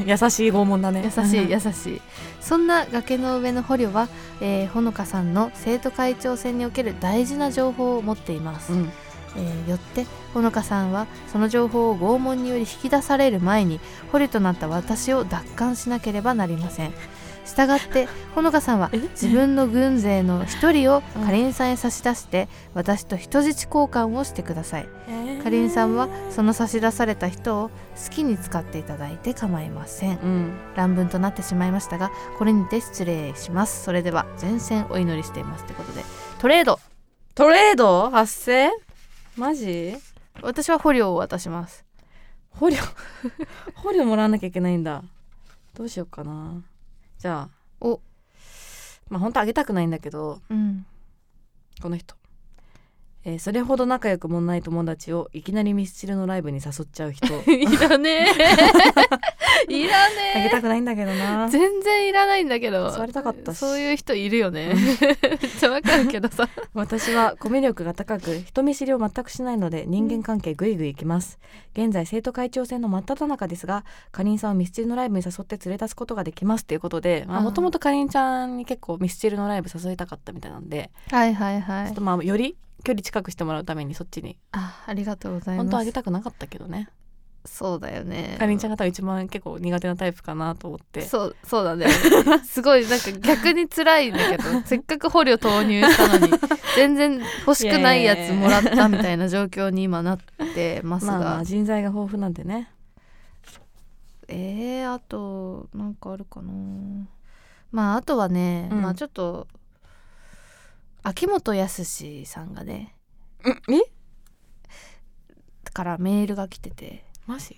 Speaker 2: 優しい拷問だね
Speaker 1: 優し
Speaker 2: (laughs)
Speaker 1: い優しいそんな崖の上の捕虜は、えーほのかさんの生徒会長選における大事な情報を持っています、
Speaker 2: うん
Speaker 1: えーよってほのかさんはその情報を拷問により引き出される前に捕虜となった私を奪還しなければなりませんしたがってほのかさんは
Speaker 2: え
Speaker 1: 自分の軍勢の一人を
Speaker 2: うん
Speaker 1: かりんさんへ差し出して私と人質交換をしてくださいかりんさんはその差し出された人を好きに使っていただいて構いません
Speaker 2: うん
Speaker 1: 乱文となってしまいましたがこれにて失礼しますそれでは前線お祈りしていますということでトレード
Speaker 2: トレード発生マジ
Speaker 1: 私は捕虜を渡します
Speaker 2: 捕虜 (laughs) 捕虜もらわなきゃいけないんだどうしようかなじゃあ
Speaker 1: お
Speaker 2: まあ本当あげたくないんだけど
Speaker 1: うん
Speaker 2: この人、えーそれほど仲良くもない友達をいきなりミスチルのライブに誘っち
Speaker 1: (laughs)
Speaker 2: ゃう人
Speaker 1: (laughs) いらねえ (laughs) いら
Speaker 2: あげ
Speaker 1: ね
Speaker 2: たくないんだけどな
Speaker 1: え全然いらないんだけど
Speaker 2: 座りたかったし
Speaker 1: そういう人いるよね (laughs) めっちゃわかるけどさ
Speaker 2: 私はコミュ力が高く人見知りを全くしないので人間関係ぐいぐいいきます現在生徒会長選の真っ只中ですがかりんさんをミスチルのライブに誘って連れ出すことができますということで
Speaker 1: あー
Speaker 2: もともとかりんちゃんに結構ミスチルのライブ誘いたかったみたいなんで、
Speaker 1: はいはいは
Speaker 2: ちょっとまあより距離近くしてもらうためにそっちに
Speaker 1: あありがとうございます
Speaker 2: 本当はあげたくなかったけどね
Speaker 1: そうだよね
Speaker 2: かりんちゃんが多分一番結構苦手なタイプかなと思って
Speaker 1: そうそうだね (laughs) すごいなんか逆に辛いんだ
Speaker 2: (laughs)
Speaker 1: けどせっかく捕虜投入したのに全然欲しくないやつもらったみたいな状況に今なってますが、
Speaker 2: まあまあ人材が豊富なんでね
Speaker 1: えー、あとなんかあるかなまああとはね、
Speaker 2: うん
Speaker 1: まあちょっと秋元康さんがね
Speaker 2: え
Speaker 1: からメールが来てて
Speaker 2: マジ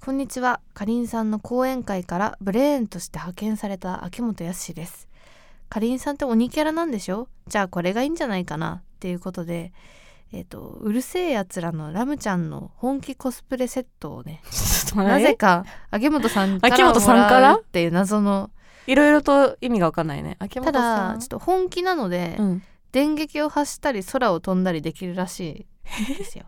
Speaker 1: こんにちはかりんさんの講演会からブレーンとして派遣された秋元康ですかりんさんって鬼キャラなんでしょじゃあこれがいいんじゃないかなっていうことでえっ、とうるせえやつらのラムちゃんの本気コスプレセットをね
Speaker 2: ちょっと
Speaker 1: な
Speaker 2: な
Speaker 1: ぜ
Speaker 2: ぜ
Speaker 1: か秋元さんから
Speaker 2: 秋
Speaker 1: も
Speaker 2: 元さんから
Speaker 1: らうっていう謎の
Speaker 2: いろいろと意味がわかんないね秋
Speaker 1: た
Speaker 2: 元さ
Speaker 1: だ
Speaker 2: ん
Speaker 1: ちょっと本気なので、
Speaker 2: うん、
Speaker 1: 電撃を発したり空を飛んだりできるらしいですよ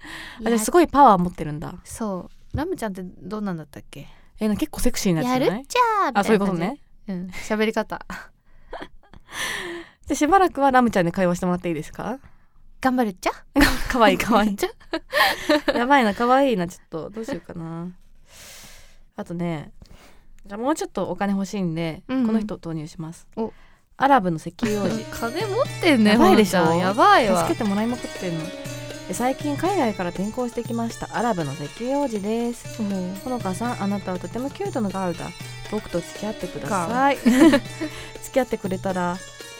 Speaker 2: (laughs) あじゃあすごいパワー持ってるんだ
Speaker 1: そうラムちゃんってどんなんだったっけ
Speaker 2: えなんか結構セクシーなやつじゃない
Speaker 1: やるっちゃーみたいな感じ
Speaker 2: あそういうことね
Speaker 1: うん喋り方
Speaker 2: じゃあしばらくはラムちゃんで会話してもらっていいです
Speaker 1: (laughs)
Speaker 2: か
Speaker 1: 頑張るっちゃ
Speaker 2: かわいいかわい
Speaker 1: ちゃ
Speaker 2: いやばいなかわいいなちょっとどうしようかなあとねじゃあもうちょっとお金欲しいんで、
Speaker 1: うんうん
Speaker 2: この人を投入します
Speaker 1: お
Speaker 2: アラブの石 (laughs) 油王子
Speaker 1: 金持ってんね
Speaker 2: やばいでしょ
Speaker 1: ほのちゃんやばいわ
Speaker 2: 助けてもらいまくってんので最近海外から転校してきましたアラブの石油王子ですほのかさんあなたはとてもキュートなガールだ僕と付き合ってください (laughs) 付き合ってくれたら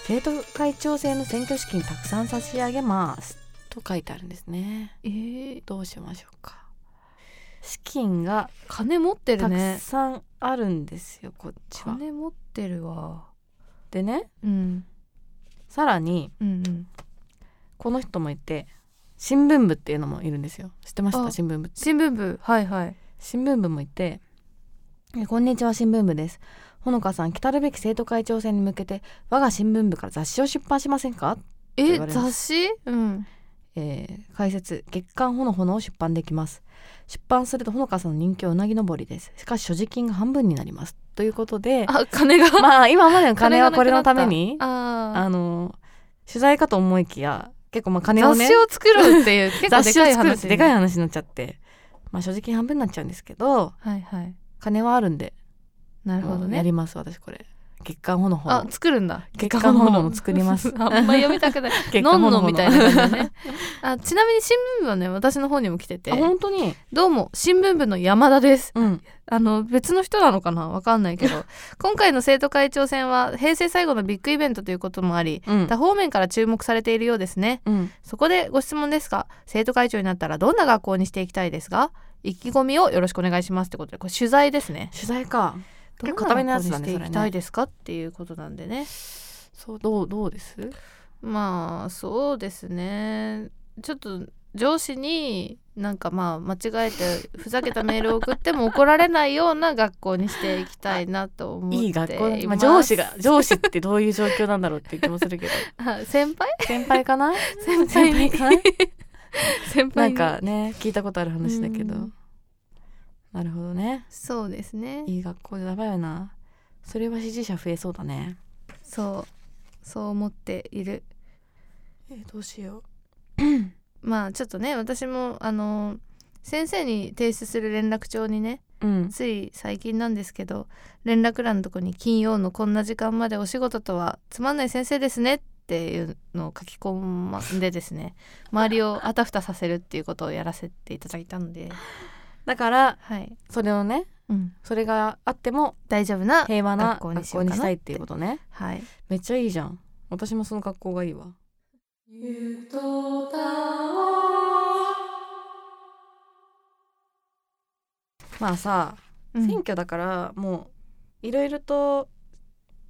Speaker 2: 生徒会長制の選挙資金たくさん差し上げますと書いてあるんですね
Speaker 1: えー
Speaker 2: どうしましょうか資金が
Speaker 1: 金持ってる
Speaker 2: たく
Speaker 1: ね
Speaker 2: さんあるんですよこっちは
Speaker 1: 金持ってるわ
Speaker 2: でね
Speaker 1: うん
Speaker 2: さらに
Speaker 1: うんうん
Speaker 2: この人もいて新聞部っていうのもいるんですよ知ってました
Speaker 1: あ
Speaker 2: 新聞部って
Speaker 1: 新聞部はいはい
Speaker 2: 新聞部もいてえこんにちは新聞部ですほのかさん来るべき生徒会長選に向けて我が新聞部から雑誌を出版しませんか、
Speaker 1: え
Speaker 2: 言われま
Speaker 1: 雑誌うん
Speaker 2: えー解説月刊ほのほのを出版できます出版するとほのかさんの人気はうなぎ登りですしかし所持金が半分になりますということで
Speaker 1: あ金が
Speaker 2: まあ今までの金はこ
Speaker 1: 金
Speaker 2: れ
Speaker 1: がな
Speaker 2: の
Speaker 1: くなった
Speaker 2: ためにあ
Speaker 1: あー
Speaker 2: の取材かと思いきや結構まあ金を
Speaker 1: 雑
Speaker 2: ね
Speaker 1: 誌を作ろうって
Speaker 2: (laughs)
Speaker 1: いう結構
Speaker 2: 雑
Speaker 1: で
Speaker 2: 誌を
Speaker 1: かい
Speaker 2: 作るっ
Speaker 1: 話
Speaker 2: てでかい話になっちゃってまあ所持金半分になっちゃうんですけど
Speaker 1: はいはい
Speaker 2: 金はあるんで
Speaker 1: なるほど
Speaker 2: もうや
Speaker 1: ね
Speaker 2: ります私これ月刊ほのほ
Speaker 1: あ
Speaker 2: の
Speaker 1: 作るんだ
Speaker 2: 月刊ほのほの作ります
Speaker 1: (laughs) あんま読みたくない
Speaker 2: (laughs) 月
Speaker 1: の
Speaker 2: 刊
Speaker 1: ん
Speaker 2: ほの
Speaker 1: の
Speaker 2: ほの
Speaker 1: みたいな感じでね
Speaker 2: (laughs)
Speaker 1: あちなみに新聞部はね私の方にも来てて
Speaker 2: あ本当に
Speaker 1: どうも新聞部の山田です
Speaker 2: うん
Speaker 1: あの別の人なのかなわかんないけ
Speaker 2: (laughs)
Speaker 1: ど今回の生徒会長選は平成最後のビッグイベントということもあり
Speaker 2: うん
Speaker 1: 他方面から注目されているようですね
Speaker 2: うん
Speaker 1: そこでご質問ですが生徒会長になったらどんな学校にしていきたいですか意気込みをよろしくお願いしますってことでこれ取材ですね
Speaker 2: 取材か結構
Speaker 1: ど
Speaker 2: 固
Speaker 1: ん
Speaker 2: め
Speaker 1: な
Speaker 2: のやつ
Speaker 1: 学校
Speaker 2: だ
Speaker 1: にしてい
Speaker 2: ねそれ
Speaker 1: きたい
Speaker 2: ね
Speaker 1: ですかっていうことなんでね
Speaker 2: そうどうどうです
Speaker 1: まあそうですねちょっと上司になんかまあ間違えてふざけたメールを送っても怒られないような学校にしていきたいなと思っています
Speaker 2: いい学校まあ、上司が上司ってどういう状況なんだろうっていう気もする
Speaker 1: (laughs)
Speaker 2: けど
Speaker 1: あ先輩
Speaker 2: 先輩かな
Speaker 1: 先輩
Speaker 2: 先輩
Speaker 1: に
Speaker 2: かな
Speaker 1: (laughs) 先
Speaker 2: な
Speaker 1: 輩
Speaker 2: ん
Speaker 1: に
Speaker 2: かね聞いたことある話だけど
Speaker 1: うん
Speaker 2: なるほどね
Speaker 1: そうですね
Speaker 2: いい学校でやばいよなそれは支持者増えそうだね
Speaker 1: そうそう思っている
Speaker 2: えどうしよう
Speaker 1: まあちょっとね私もあの先生に提出する連絡帳にね
Speaker 2: うん
Speaker 1: つい最近なんですけど連絡欄のとこに「金曜のこんな時間までお仕事とはつまんない先生ですね」っていうのを書き込んでです
Speaker 2: (laughs)
Speaker 1: ね周りをあたふたさせるっていうことをやらせていただいたの
Speaker 2: (laughs)
Speaker 1: で
Speaker 2: だから
Speaker 1: はい、
Speaker 2: それをね
Speaker 1: うん、
Speaker 2: それがあっても
Speaker 1: 大丈夫な
Speaker 2: 平和な
Speaker 1: 学校に
Speaker 2: 学
Speaker 1: しよう
Speaker 2: 校
Speaker 1: か
Speaker 2: に
Speaker 1: な
Speaker 2: したいっていうことね
Speaker 1: はい
Speaker 2: めっちゃいいじゃん私もその学校がいいわまあさ、
Speaker 1: うん
Speaker 2: 選挙だからもういろいろと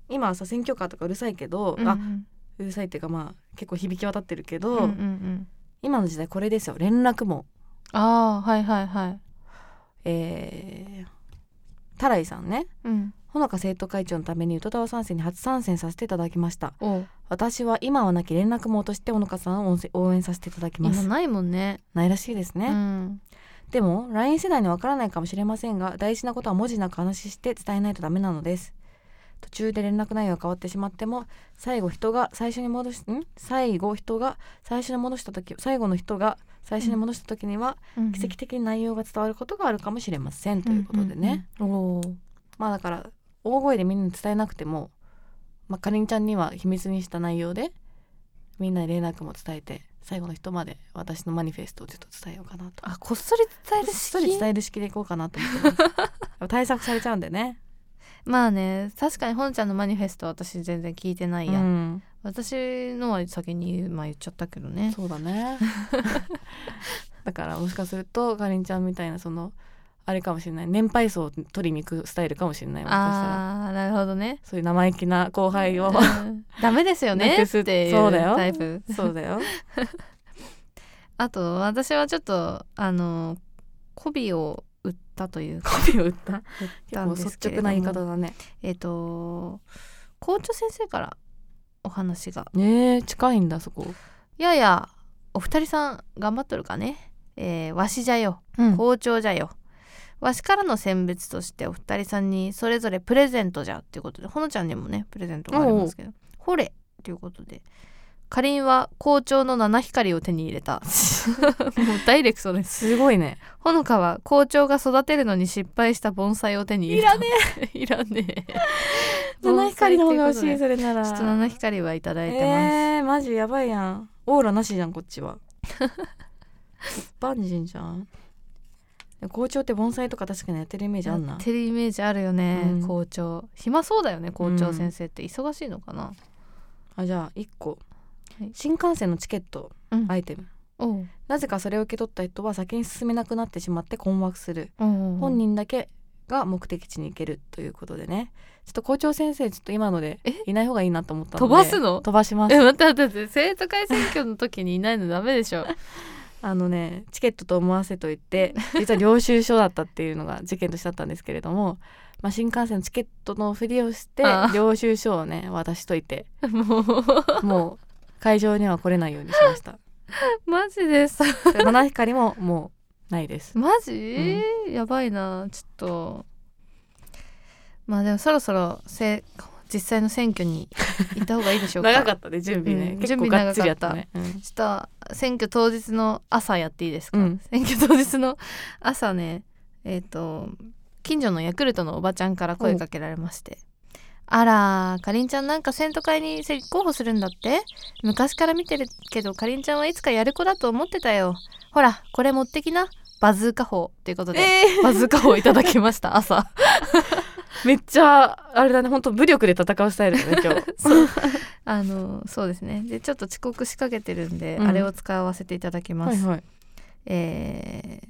Speaker 2: 今はさ選挙カーとかうるさいけど、
Speaker 1: うんう
Speaker 2: あ
Speaker 1: ん
Speaker 2: うるさいっていうかまあ結構響き渡ってるけ
Speaker 1: う
Speaker 2: ど、
Speaker 1: んうんうん
Speaker 2: 今の時代これですよ連絡網
Speaker 1: ああはいはいはい
Speaker 2: えー、タライさんね
Speaker 1: うん
Speaker 2: ほのか生徒会長のためにウトタワ参戦に初参戦させていただきました
Speaker 1: おう
Speaker 2: 私は今はなき連絡網としてほのかさんを応援応援させていただきま
Speaker 1: 今
Speaker 2: す
Speaker 1: ないもんね
Speaker 2: ないらしいですね、
Speaker 1: うん
Speaker 2: でも LINE 世代にはわからないかもしれませんが大事なことは文字なく話して伝えないとダメなのです途中で連絡内容が変わってしまっても最後人が最初に戻しん最後人が最初に戻した時最後の人が最初に戻した時には、
Speaker 1: うん
Speaker 2: 奇跡的に内容が伝わることがあるかもしれません、ということでね、
Speaker 1: おお
Speaker 2: まあだから大声でみんなに伝えなくても、まあ、かりんちゃんには秘密にした内容でみんなに連絡も伝えて最後の人まで私のマニフェストをちょっと伝えようかなと
Speaker 1: あこっそり伝える
Speaker 2: しっそり伝える式でいこうかなと思ってますやっぱ対策されちゃうんでね
Speaker 1: まあね確かに本ちゃんのマニフェスト私全然聞いてないや、
Speaker 2: うん
Speaker 1: 私のは先に言う、まあ、言っちゃったけどね
Speaker 2: そうだねだからもしかするとかりんちゃんみたいなそのあれかもしれない年配層を取りに行くスタイルかもしれないもしかしたら
Speaker 1: あーなるほどね
Speaker 2: そういう生意気な後輩を
Speaker 1: うん (laughs) ダメですよ
Speaker 2: な
Speaker 1: ね
Speaker 2: く
Speaker 1: っ
Speaker 2: す
Speaker 1: てい
Speaker 2: そううだよ
Speaker 1: タイプ
Speaker 2: そうだよ
Speaker 1: あと私はちょっとあの媚びを売ったというか
Speaker 2: 媚びを打った
Speaker 1: 言った
Speaker 2: 結
Speaker 1: ん
Speaker 2: 構
Speaker 1: です
Speaker 2: 率
Speaker 1: けれ
Speaker 2: 直
Speaker 1: ども
Speaker 2: な言い方だね
Speaker 1: えっ、と校長先生からお話が
Speaker 2: ねえ近いんだそこ、
Speaker 1: いやいやお二人さん頑張っとるかねえーわしじゃよ
Speaker 2: うん
Speaker 1: 好調じゃよ。わしからの選別としてお二人さんにそれぞれプレゼントじゃっていうことでほのちゃんにもねプレゼントがありますけど「ほれ」ということでかりんは校長の七光を手に入れた (laughs) もうダイレクトです
Speaker 2: すごいね
Speaker 1: ほのかは校長が育てるのに失敗した盆栽を手に入れたいらねえ (laughs) いらねえ
Speaker 2: 七光の方が欲し
Speaker 1: 盆栽
Speaker 2: い
Speaker 1: とう
Speaker 2: それなら
Speaker 1: ことでちょっと七光はいただいてます、
Speaker 2: えー、マジやばいやんオーラなしじゃんこっ
Speaker 1: (laughs)
Speaker 2: ちは一般人じゃん校長って盆栽とか確かにやってるイメージあん
Speaker 1: や
Speaker 2: な
Speaker 1: ってるイメージあるよね、
Speaker 2: うん
Speaker 1: 校長暇そうだよね校長先生って忙しいのかな、
Speaker 2: あじゃあ1個、
Speaker 1: はい
Speaker 2: 新幹線のチケット
Speaker 1: うん
Speaker 2: アイテム
Speaker 1: おう
Speaker 2: なぜかそれを受け取った人は先に進めなくなってしまって困惑する
Speaker 1: おう
Speaker 2: 本人だけが目的地に行けるということでねちょっと校長先生ちょっと今ので
Speaker 1: え
Speaker 2: いない方がいいなと思ったので
Speaker 1: 飛ばすの
Speaker 2: 飛ばします
Speaker 1: え、待って待って待って、生徒会選挙の時にいないのダメで (laughs) しょ。
Speaker 2: あのねチケットと思わせといて実は領収書だったっていうの (laughs) が事件としてあったんですけれども、まあ、新幹線のチケットのふりをして
Speaker 1: ああ
Speaker 2: 領収書をね渡しといて
Speaker 1: も
Speaker 2: もう会場には来れないようにしま (laughs) した
Speaker 1: う、マジです。
Speaker 2: で七光ももうないです
Speaker 1: マジ、やばいな、ちょっと。まあでもそろそろせ実際の選挙に行った方がいいで (laughs) しょうか。
Speaker 2: 長か
Speaker 1: っ
Speaker 2: ったね準備ね、
Speaker 1: うん
Speaker 2: 結構がっつりやったねうん
Speaker 1: た。ちょっと選挙当日の朝やっていいですか、
Speaker 2: うん
Speaker 1: 選挙当日の朝ね、えっ、と、近所のヤクルトのおばちゃんから声かけられまして。あらかりんちゃんなんか選挙会に立候補するんだって昔から見てるけどかりんちゃんはいつかやる子だと思ってたよほらこれ持ってきなバズーカ砲ということで、バズーカ砲いただきま
Speaker 2: (laughs)
Speaker 1: した朝
Speaker 2: めっちゃあれだね本当武力で戦うスタイルだね今日
Speaker 1: あのそうですねでちょっと遅刻しかけてるんで、
Speaker 2: うん
Speaker 1: あれを使わせていただきます、
Speaker 2: (laughs) はいはい
Speaker 1: えー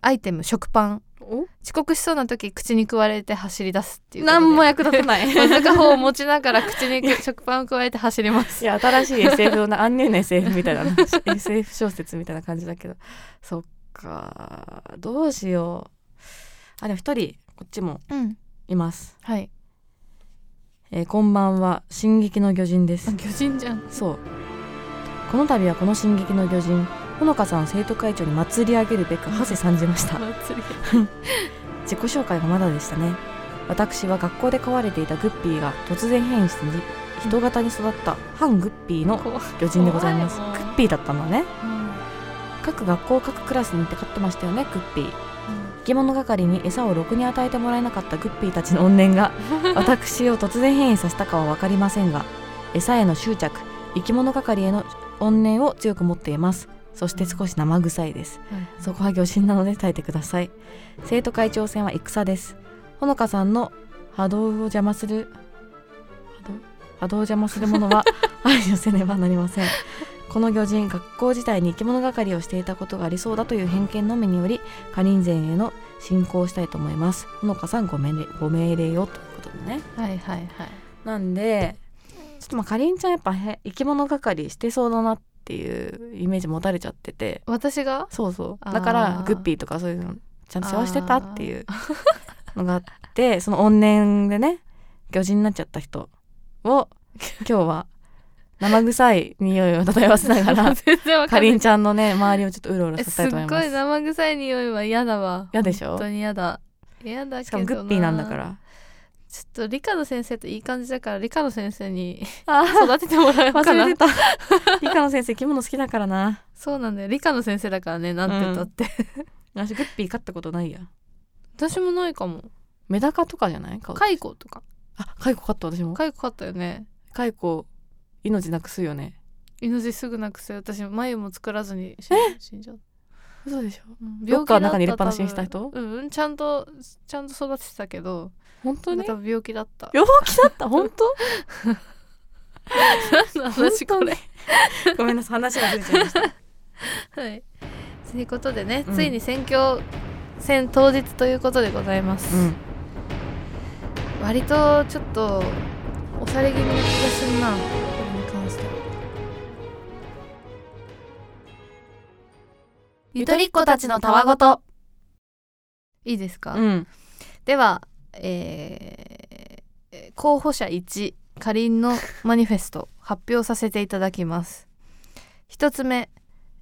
Speaker 1: アイテム食パン
Speaker 2: お
Speaker 1: 遅刻しそうな時口に食われて走り出すっていうことで
Speaker 2: 何も役立た (laughs) ない
Speaker 1: バズーカ砲を持ちながら口に食パンを食われて走ります
Speaker 2: いや (laughs) 新しい SF のなアンニュイな SF みたいな話 SF 小説みたいな感じだけどそっかどうしようあでも一人こっちも
Speaker 1: うん
Speaker 2: います、
Speaker 1: はい
Speaker 2: えーこんばんは「進撃の巨人」です
Speaker 1: 巨人じゃん
Speaker 2: そうこの度はこの「進撃の巨人」ほのかさんを生徒会長に祭り上げるべく馳せ参じました
Speaker 1: 祭り
Speaker 2: 自己紹介がまだでしたね私は学校で飼われていたグッピーが突然変異して人型に育った反グッピーの
Speaker 1: 怖い
Speaker 2: 巨人でございますグ
Speaker 1: 怖い
Speaker 2: ッピーだったのね各学校各クラスに行って飼ってましたよねグッピー生き物係に餌をろくに与えてもらえなかったグッピーたちの怨念が私を突然変異させたかは分かりませんが餌への執着生き物係への怨念を強く持っていますそして少し生臭いですそこは魚心なので耐えてください生徒会長選は戦ですほのかさんの波動を邪魔する波動波動を邪魔するものは愛をせねばなりませんこの魚人学校時代に生き物係をしていたことがありそうだという偏見のみによりカリンゼンへの進行をしたいと思いますほのかさんご命令ご命令よということでね
Speaker 1: はいはいはい
Speaker 2: なんでちょっとまあかりんちゃんやっぱへ生き物係してそうだなっていうイメージ持たれちゃってて
Speaker 1: 私が
Speaker 2: そうそう
Speaker 1: あー
Speaker 2: だからグッピーとかそういうのちゃんと世話してたっていうのがあって (laughs) その怨念でね魚人になっちゃった人を今日は生臭い匂いを漂わせながら
Speaker 1: 全 (laughs) 然わか
Speaker 2: か
Speaker 1: んない
Speaker 2: りんちゃんのね周りをちょっとうろうろ
Speaker 1: え
Speaker 2: させ
Speaker 1: す
Speaker 2: たい
Speaker 1: っ
Speaker 2: と思いま
Speaker 1: ご
Speaker 2: す
Speaker 1: い生臭い匂いは嫌だわ
Speaker 2: 嫌でしょ
Speaker 1: 本当に嫌だ嫌だけどな
Speaker 2: しかもグッピーなんだから
Speaker 1: ちょっと理科の先生といい感じだから理科の先生に
Speaker 2: あ
Speaker 1: 育ててもらえ
Speaker 2: ー
Speaker 1: ますか
Speaker 2: 忘れ
Speaker 1: な
Speaker 2: てた理科の先生生き物好きだからな
Speaker 1: そうなんだよ理科の先生だからねなんて言ったって、
Speaker 2: 私グッピー飼ったことないや
Speaker 1: 私もないかも
Speaker 2: メダカとかじゃないか
Speaker 1: 解雇とか
Speaker 2: あカイコ飼った私も
Speaker 1: 解雇買ったよね
Speaker 2: カイコ命なくすよね
Speaker 1: 命すぐなくせ私眉も作らずに死ん死んじゃった
Speaker 2: 嘘でしょ
Speaker 1: うん
Speaker 2: ロッカーの中に入れっぱな
Speaker 1: 病
Speaker 2: し
Speaker 1: 気だ
Speaker 2: に
Speaker 1: っ
Speaker 2: した人
Speaker 1: 多分うんちゃんとちゃんと育ててたけど
Speaker 2: 本当
Speaker 1: 多
Speaker 2: に
Speaker 1: 分病気だった
Speaker 2: 病気だった本当
Speaker 1: 何の話これ
Speaker 2: (laughs) ごめんなさい話がずれちゃいました
Speaker 1: はいということでね、
Speaker 2: うん
Speaker 1: ついに選挙戦当日ということでございます、
Speaker 2: うん
Speaker 1: 割とちょっと押され気味な気がするなこれに関してはゆとりっ子たちのたわごといいですか、
Speaker 2: うん
Speaker 1: では、えー候補者1かりんのマニフェスト発表させていただきます一つ目、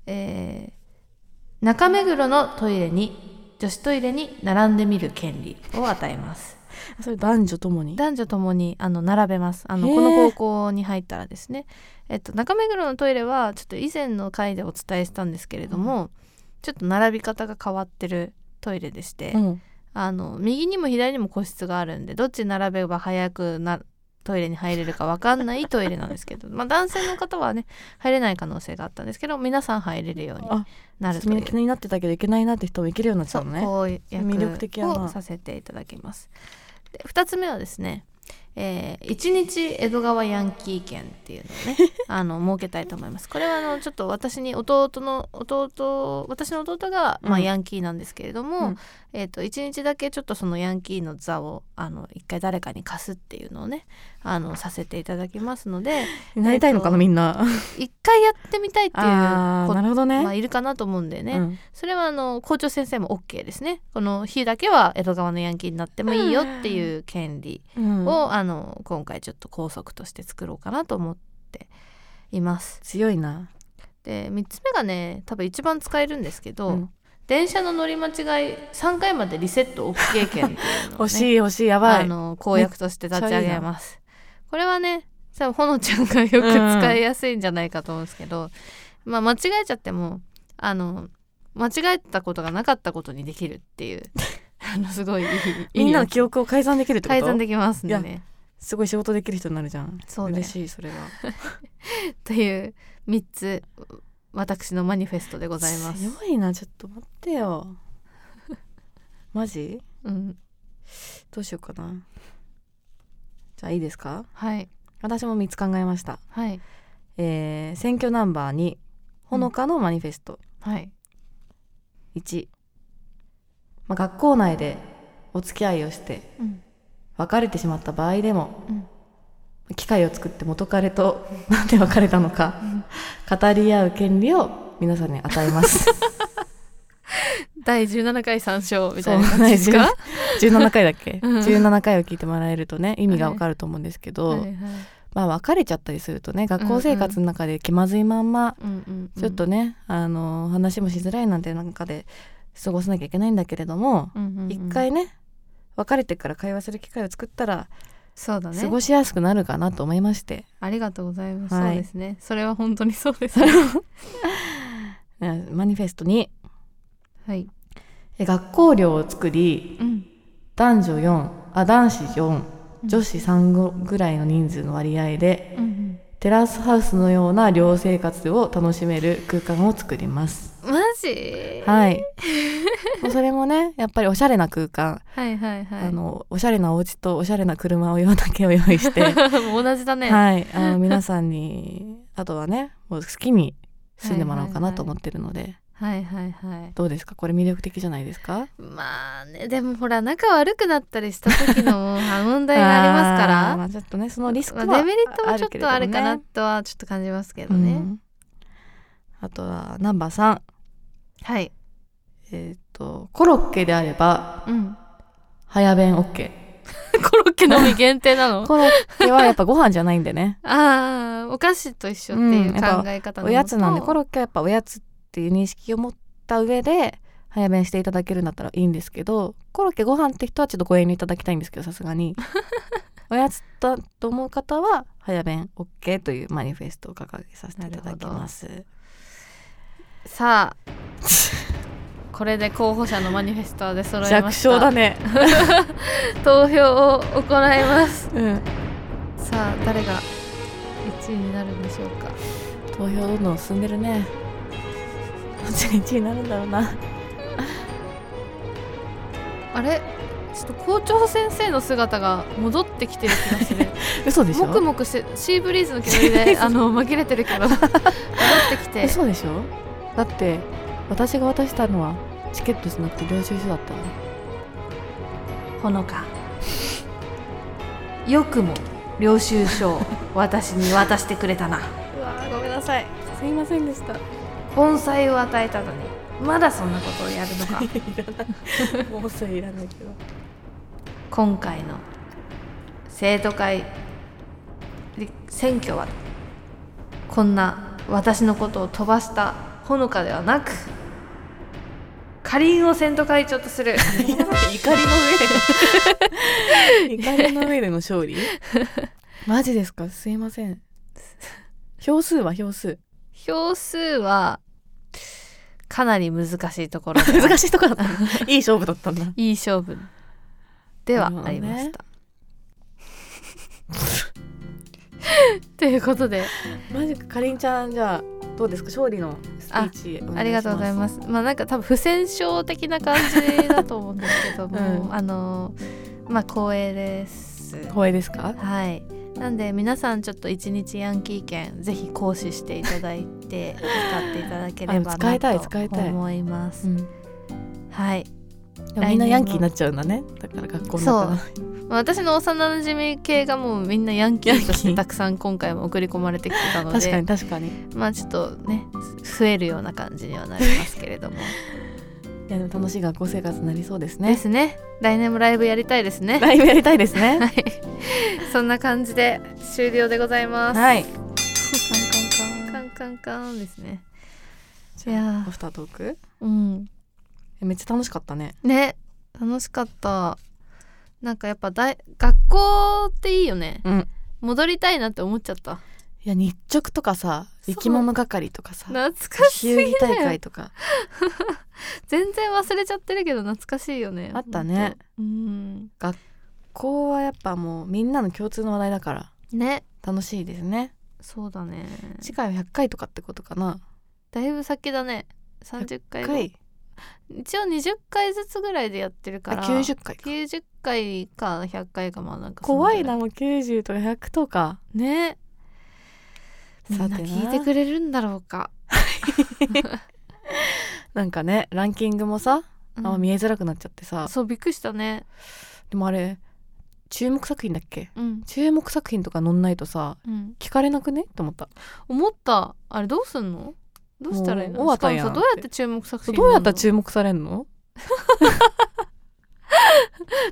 Speaker 1: えー中目黒のトイレに女子トイレに並んでみる権利を与えます
Speaker 2: それ男女ともに
Speaker 1: 男女ともにあの並べますあの
Speaker 2: へー
Speaker 1: この高校に入ったらですね、えっと、中目黒のトイレはちょっと以前の回でお伝えしたんですけれども、ちょっと並び方が変わってるトイレでして、
Speaker 2: うん
Speaker 1: あの右にも左にも個室があるんでどっち並べば早くなトイレに入れるか分かんないトイレなんですけどまあ男性の方はね入れない可能性があったんですけど皆さん入れるように
Speaker 2: あ
Speaker 1: なる
Speaker 2: ちょっ
Speaker 1: とい
Speaker 2: とみんな
Speaker 1: う
Speaker 2: 気になってたけどいけないなって人もいけるようになっちゃ
Speaker 1: そうう
Speaker 2: のね
Speaker 1: こういう役
Speaker 2: 魅力的やな
Speaker 1: をさせていただきますで2つ目はですねえー、一日江戸川ヤンキー券っていうのを
Speaker 2: (laughs)
Speaker 1: ねあの設けたいと思いますこれはあのちょっと私に弟の弟私の弟が、まあ、
Speaker 2: うん
Speaker 1: ヤンキーなんですけれども、
Speaker 2: うん
Speaker 1: えー、と一日だけちょっとそのヤンキーの座をあの一回誰かに貸すっていうのをねあのさせていただきますので
Speaker 2: なりたいのかなみんな
Speaker 1: 一回やってみたいっていう子
Speaker 2: あーなるほどね
Speaker 1: まあ、いるかなと思うんでね、
Speaker 2: うん
Speaker 1: それはあの校長先生も OK ですねこの日だけは江戸川のヤンキーになってもいいよっていう権利
Speaker 2: うん
Speaker 1: を、あの今回ちょっと校則として作ろうかなと思っています
Speaker 2: 強いな
Speaker 1: で3つ目がね多分一番使えるんですけど、
Speaker 2: うん
Speaker 1: 電車の乗り間違い3回までリセット OK 券っていうのを、ね、
Speaker 2: (laughs) 欲しい欲しいやば
Speaker 1: あ
Speaker 2: い
Speaker 1: の公約として立ち上げますこれはね多分ほのちゃんがよく使いやすいんじゃないかと思うんですけど、まあ間違えちゃってもあの間違えたことがなかったことにできるっていう (laughs) あのすごいいい
Speaker 2: みんなの
Speaker 1: いい
Speaker 2: 記憶を改ざんできるってこと
Speaker 1: 改ざんできますんで
Speaker 2: い
Speaker 1: ね
Speaker 2: すごい仕事できる人になるじゃん
Speaker 1: そうね
Speaker 2: 嬉しいそれが
Speaker 1: という3つ私のマニフェストでございます、
Speaker 2: 強いなちょっと待って (laughs) よマジ
Speaker 1: うん、
Speaker 2: どうしようかなじゃあいいですか
Speaker 1: はい
Speaker 2: 私も3つ考えました
Speaker 1: はい
Speaker 2: えー、選挙ナンバー2ほのかのマニフェスト、
Speaker 1: はい
Speaker 2: 1、まあ、学校内でお付き合いをして
Speaker 1: うん
Speaker 2: 別れてしまった場合でも、
Speaker 1: うん
Speaker 2: 機会を作って元彼と (laughs) なんで別
Speaker 1: (laughs)
Speaker 2: れたのか語り合う権利を皆さんに与えます
Speaker 1: 第17回参照み
Speaker 2: そ
Speaker 1: た
Speaker 2: う
Speaker 1: いな感じですか
Speaker 2: 17回だっけ、
Speaker 1: うん
Speaker 2: 17回を聞いてもらえるとね意味がわかると思うんですけど、
Speaker 1: はいはい
Speaker 2: まあ別れちゃったりするとね学校生活の中で気まずいまんま
Speaker 1: うんうんうん
Speaker 2: ちょっとね、あの話もしづらいなんて中で過ごさなきゃいけないんだけれども
Speaker 1: うんうんうん
Speaker 2: 一、回ね別れてから会話する機会を作ったら
Speaker 1: そうだね
Speaker 2: 過ごしやすくなるかなと思いまして、
Speaker 1: ありがとうございます、
Speaker 2: はい
Speaker 1: そうですねそれは本当にそうです
Speaker 2: うんマニフェストに
Speaker 1: はい
Speaker 2: え学校寮を作り
Speaker 1: うん
Speaker 2: 男女4あ男子4女子3ぐらいの人数の割合で
Speaker 1: うん
Speaker 2: テラスハウスのような寮生活を楽しめる空間を作ります。
Speaker 1: マジは
Speaker 2: はい。もうそれもね、やっぱりおしゃれな空間、
Speaker 1: いはいはい (laughs)
Speaker 2: あのおしゃれなお家とおしゃれな車を用だけを用意して、
Speaker 1: もう同じだね、
Speaker 2: (laughs) はい、あの皆さんにあとはね、もう好きに住んでもらおうかなと思ってるので、
Speaker 1: はいはいはい
Speaker 2: どうですか？これ魅力的じゃないですか？
Speaker 1: まあねでもほら仲悪くなったりした時
Speaker 2: (laughs)
Speaker 1: のもうあ問題がありますか
Speaker 2: あーま
Speaker 1: ら
Speaker 2: あちょっとね、そのリスクは
Speaker 1: まあデメリットもちょっ
Speaker 2: けれど
Speaker 1: と
Speaker 2: ね
Speaker 1: あるかなとはちょっと感じますけど
Speaker 2: う
Speaker 1: ね、
Speaker 2: んあとはナンバー3、
Speaker 1: はい
Speaker 2: えっ、とコロッケであれば
Speaker 1: うん
Speaker 2: 早弁 OK
Speaker 1: (laughs) コロッケのみ限定な
Speaker 2: (laughs)
Speaker 1: の
Speaker 2: コロッケはやっぱご飯じゃないんでね
Speaker 1: ああお菓子と一緒っていう
Speaker 2: うんやっ
Speaker 1: 考
Speaker 2: ぱ
Speaker 1: え方のもと
Speaker 2: おやつなんでコロッケはやっぱおやつっていう認識を持った上で早弁していただけるんだったらいいんですけどコロッケご飯って人はちょっとご遠慮いただきたいんですけどさすがにおやつだと思う方は早弁 OK というマニフェストを掲げさせていただきます
Speaker 1: さあこれで候補者のマニフェストで揃えま
Speaker 2: 弱
Speaker 1: した
Speaker 2: 小だね、
Speaker 1: 投票を行います
Speaker 2: うん、
Speaker 1: さあ誰が1位になるんでしょうか
Speaker 2: 投票どんどん進んでるねどっちが1位になるんだろうな
Speaker 1: あれちょっと校長先生の姿が戻ってきてる気がす
Speaker 3: (laughs)
Speaker 1: る
Speaker 2: 嘘でし
Speaker 1: もく
Speaker 2: ょ
Speaker 1: もくしてシーブリーズの気取りであの紛れてるけ
Speaker 3: (laughs)
Speaker 1: ど戻ってきて
Speaker 2: 嘘でしょだって私が渡したのはチケットじゃなくて領収書だったの
Speaker 3: ほのかよくも領収書を私に渡してくれたな
Speaker 1: うわーごめんなさい
Speaker 2: すいませんでした
Speaker 3: 盆栽を与えたのにまだそんなことをやるのか
Speaker 2: もうそれいらないけ (laughs) ど
Speaker 3: 今回の生徒会り選挙はこんな私のことを飛ばしたほのかではなくかりんを選徒会長とす
Speaker 2: (laughs)
Speaker 3: る
Speaker 2: 怒りの上で怒りの上での勝 (laughs) 利マジですかすいません票数は票 (laughs) 数
Speaker 1: 票数はかなり難しいところで
Speaker 2: しいとこだったいい勝負だったんだ
Speaker 1: いい勝負では
Speaker 2: なるほど
Speaker 1: あ
Speaker 2: ね
Speaker 1: りま
Speaker 3: (laughs)
Speaker 1: した、ということで
Speaker 2: マジかかりんちゃんじゃあどうですか勝利のスピーチお願します
Speaker 1: ありがとうございます。まあなんか多分不戦勝的な感じだと思うんですけども、
Speaker 2: (laughs) うん
Speaker 1: あのまあ光栄です。
Speaker 2: 光栄ですか
Speaker 1: はい。なんで皆さんちょっと一日ヤンキー券ぜひ行使していただいて
Speaker 2: (laughs)
Speaker 1: 使っていただければ
Speaker 2: あ使いたい
Speaker 1: な
Speaker 2: 使い
Speaker 1: と
Speaker 2: たい
Speaker 1: 思います。
Speaker 2: ん
Speaker 1: はい。
Speaker 2: でもみんなヤンキーになっちゃうんだねだから学校の中の
Speaker 1: まあ私の幼馴染系がもうみんなヤンキーとし
Speaker 2: ヤンキ
Speaker 1: て
Speaker 2: ー
Speaker 1: たくさん今回も送り込まれてきてたの
Speaker 2: (laughs) 確か
Speaker 1: で
Speaker 2: に確かにい
Speaker 1: まあちょっとね増えるような感じにはなりますけれども
Speaker 2: やでも楽しい学校生活になりそう (laughs) です
Speaker 1: で
Speaker 2: (laughs) ね
Speaker 1: すね来年もライブやりたいですね
Speaker 2: ライブやりたい (laughs) ですね
Speaker 1: はい、 (laughs) そんな感じで終了でございます。
Speaker 2: はい
Speaker 1: カンカンカンカンですね。いや
Speaker 2: アフタートーク
Speaker 1: ー、うん、
Speaker 2: めっちゃ楽しかったね
Speaker 1: ね、楽しかった。なんかやっぱ大学校っていいよね。
Speaker 2: うん
Speaker 1: 戻りたいなって思っちゃった。
Speaker 2: いや日直とかさ
Speaker 1: そう
Speaker 2: 生き物係とかさ
Speaker 1: 懐かし
Speaker 2: 球
Speaker 1: い。
Speaker 2: 技大会とか
Speaker 1: 全然忘れちゃってるけど懐かしいよね。
Speaker 2: あったね
Speaker 1: ほん
Speaker 2: こうはやっぱもうみんなの共通の話題だから
Speaker 1: と。うん。ね、
Speaker 2: 楽しいですね
Speaker 1: そうだね。
Speaker 2: 次回は100回とかってことかな
Speaker 1: だいぶ先だね。三十回
Speaker 2: 100
Speaker 1: ぐらい。
Speaker 2: 回
Speaker 1: 一応二十回ずつぐらいでやってる
Speaker 2: あ
Speaker 1: から。
Speaker 2: 90回か
Speaker 1: 90回か100回かまあなんかそのぐ
Speaker 2: 怖
Speaker 1: ら
Speaker 2: いなもう90とか100とか
Speaker 1: ねみんな
Speaker 2: さてな
Speaker 1: 聞いてくれるんだろうか、
Speaker 2: なんかねランキングもさ
Speaker 1: うん
Speaker 2: あんま見えづらくなっちゃってさ
Speaker 1: そうびっくりしたね
Speaker 2: でもあれ注目作品だっけ
Speaker 1: うん、
Speaker 2: 注目作品とか載んないとさ
Speaker 1: うん、
Speaker 2: 聞かれなくねと思った
Speaker 1: 思ったあれどうすんのどうしたらいいの
Speaker 2: もう
Speaker 1: しか
Speaker 2: 終わったやん
Speaker 1: もさどうやって注目作
Speaker 2: そ
Speaker 1: 品
Speaker 2: うどうやったら
Speaker 1: 目
Speaker 2: 注目されんの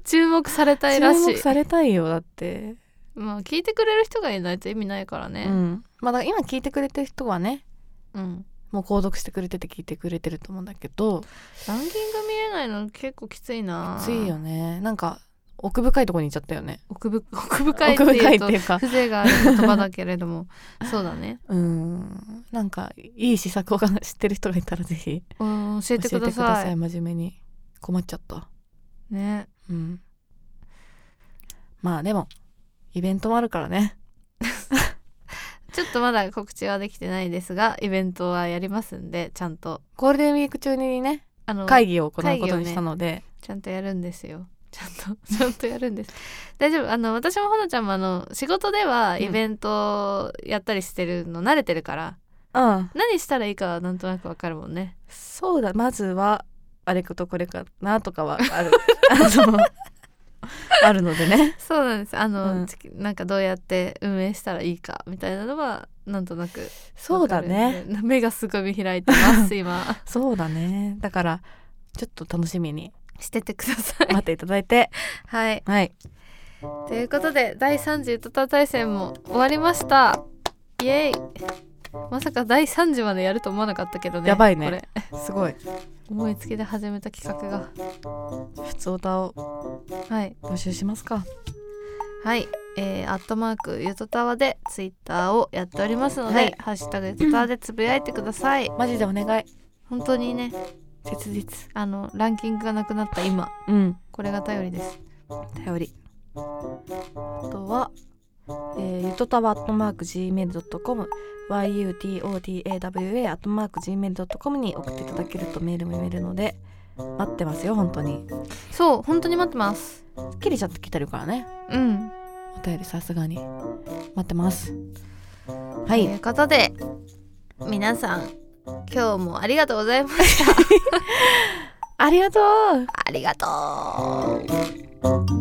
Speaker 1: 注目されたいらし
Speaker 2: 注
Speaker 1: い
Speaker 2: 目されたいよだって、
Speaker 1: まあ聞いてくれる人がいないと意味ないから
Speaker 2: う
Speaker 1: ね
Speaker 2: んまあだから今聞いてくれてる人はね
Speaker 1: うん、
Speaker 2: もう購読してくれてて聞いてくれてると思うんだけど
Speaker 1: ランキング見れないの結構きついな
Speaker 2: ついよねなんか奥深いとこに行っちゃったよね
Speaker 1: 奥ぶ (laughs) 奥
Speaker 2: 奥
Speaker 1: 深いって
Speaker 2: 深い
Speaker 1: い
Speaker 2: っ
Speaker 1: う
Speaker 2: て
Speaker 1: と
Speaker 2: いうか
Speaker 1: 風情がある言葉だけれど
Speaker 2: (laughs)
Speaker 1: もそうだね
Speaker 2: うんなんかいい試作を知ってる人がいたらぜひ
Speaker 1: うん教
Speaker 2: 教
Speaker 1: えてください
Speaker 2: 真面目に困っちゃった
Speaker 1: ね
Speaker 2: うんまあでもイベントもあるからね
Speaker 1: ちょっとまだ告知はできてないですがイベントはやりますんでちゃんと
Speaker 2: ゴールデンウィーク中にね
Speaker 1: あの
Speaker 2: 会議を行う
Speaker 1: 会
Speaker 2: こ
Speaker 1: 議
Speaker 2: と
Speaker 1: をね
Speaker 2: にしたので、
Speaker 1: ちゃんとやるんですよ (laughs) ちゃんとちゃんとやるんです大丈夫あの私もほのちゃんもあの仕事ではイベントやったりしてるの慣れてるから、
Speaker 2: うん
Speaker 1: 何したらいいかはなんとなくわかるもんね
Speaker 2: そうだまずはあれことこれかなとかはあ (laughs) るあのあるのでね
Speaker 1: そうなんですあの、
Speaker 2: うん
Speaker 1: ちなんかどうやって運営したらいいかみたいなのはなんとなく
Speaker 2: そうだね
Speaker 1: わかるんで目がすごい見開いてます今
Speaker 2: そうだねだからちょっと楽しみに
Speaker 1: (laughs) しててください
Speaker 2: 待っていただいて
Speaker 1: はい
Speaker 2: (laughs) はい
Speaker 1: ということで第30トタ大戦も終わりましたイエイまさか第3次までやると思わなかったけどね
Speaker 2: やばいね
Speaker 1: これ
Speaker 2: すごい
Speaker 1: 思いつきで始めた企画が
Speaker 2: 普通歌を
Speaker 1: はい
Speaker 2: 募集しますか
Speaker 1: はいえー、アットマークゆとたわでツイッターをやっておりますので、
Speaker 2: はい
Speaker 1: ハッシュタグゆとたわでつぶやいてください
Speaker 2: マジでお願い
Speaker 1: 本当にね
Speaker 2: 切実
Speaker 1: あのランキングがなくなった今
Speaker 2: うん
Speaker 1: これが頼りです
Speaker 2: 頼りあとは、えー、ゆとたわアットマーク Gmail.com yutotawa アットマーク Gmail.com に送っていただけるとメールも読めるので待ってますよ本当に
Speaker 1: そう本当に待ってます
Speaker 2: すっきりちゃんと来てるからね
Speaker 1: うん
Speaker 2: お便りさすがに待ってますは
Speaker 1: と
Speaker 2: い、
Speaker 1: いうことで皆さん今日もありがとうございま (laughs) した
Speaker 2: ありがとう
Speaker 1: ありがとう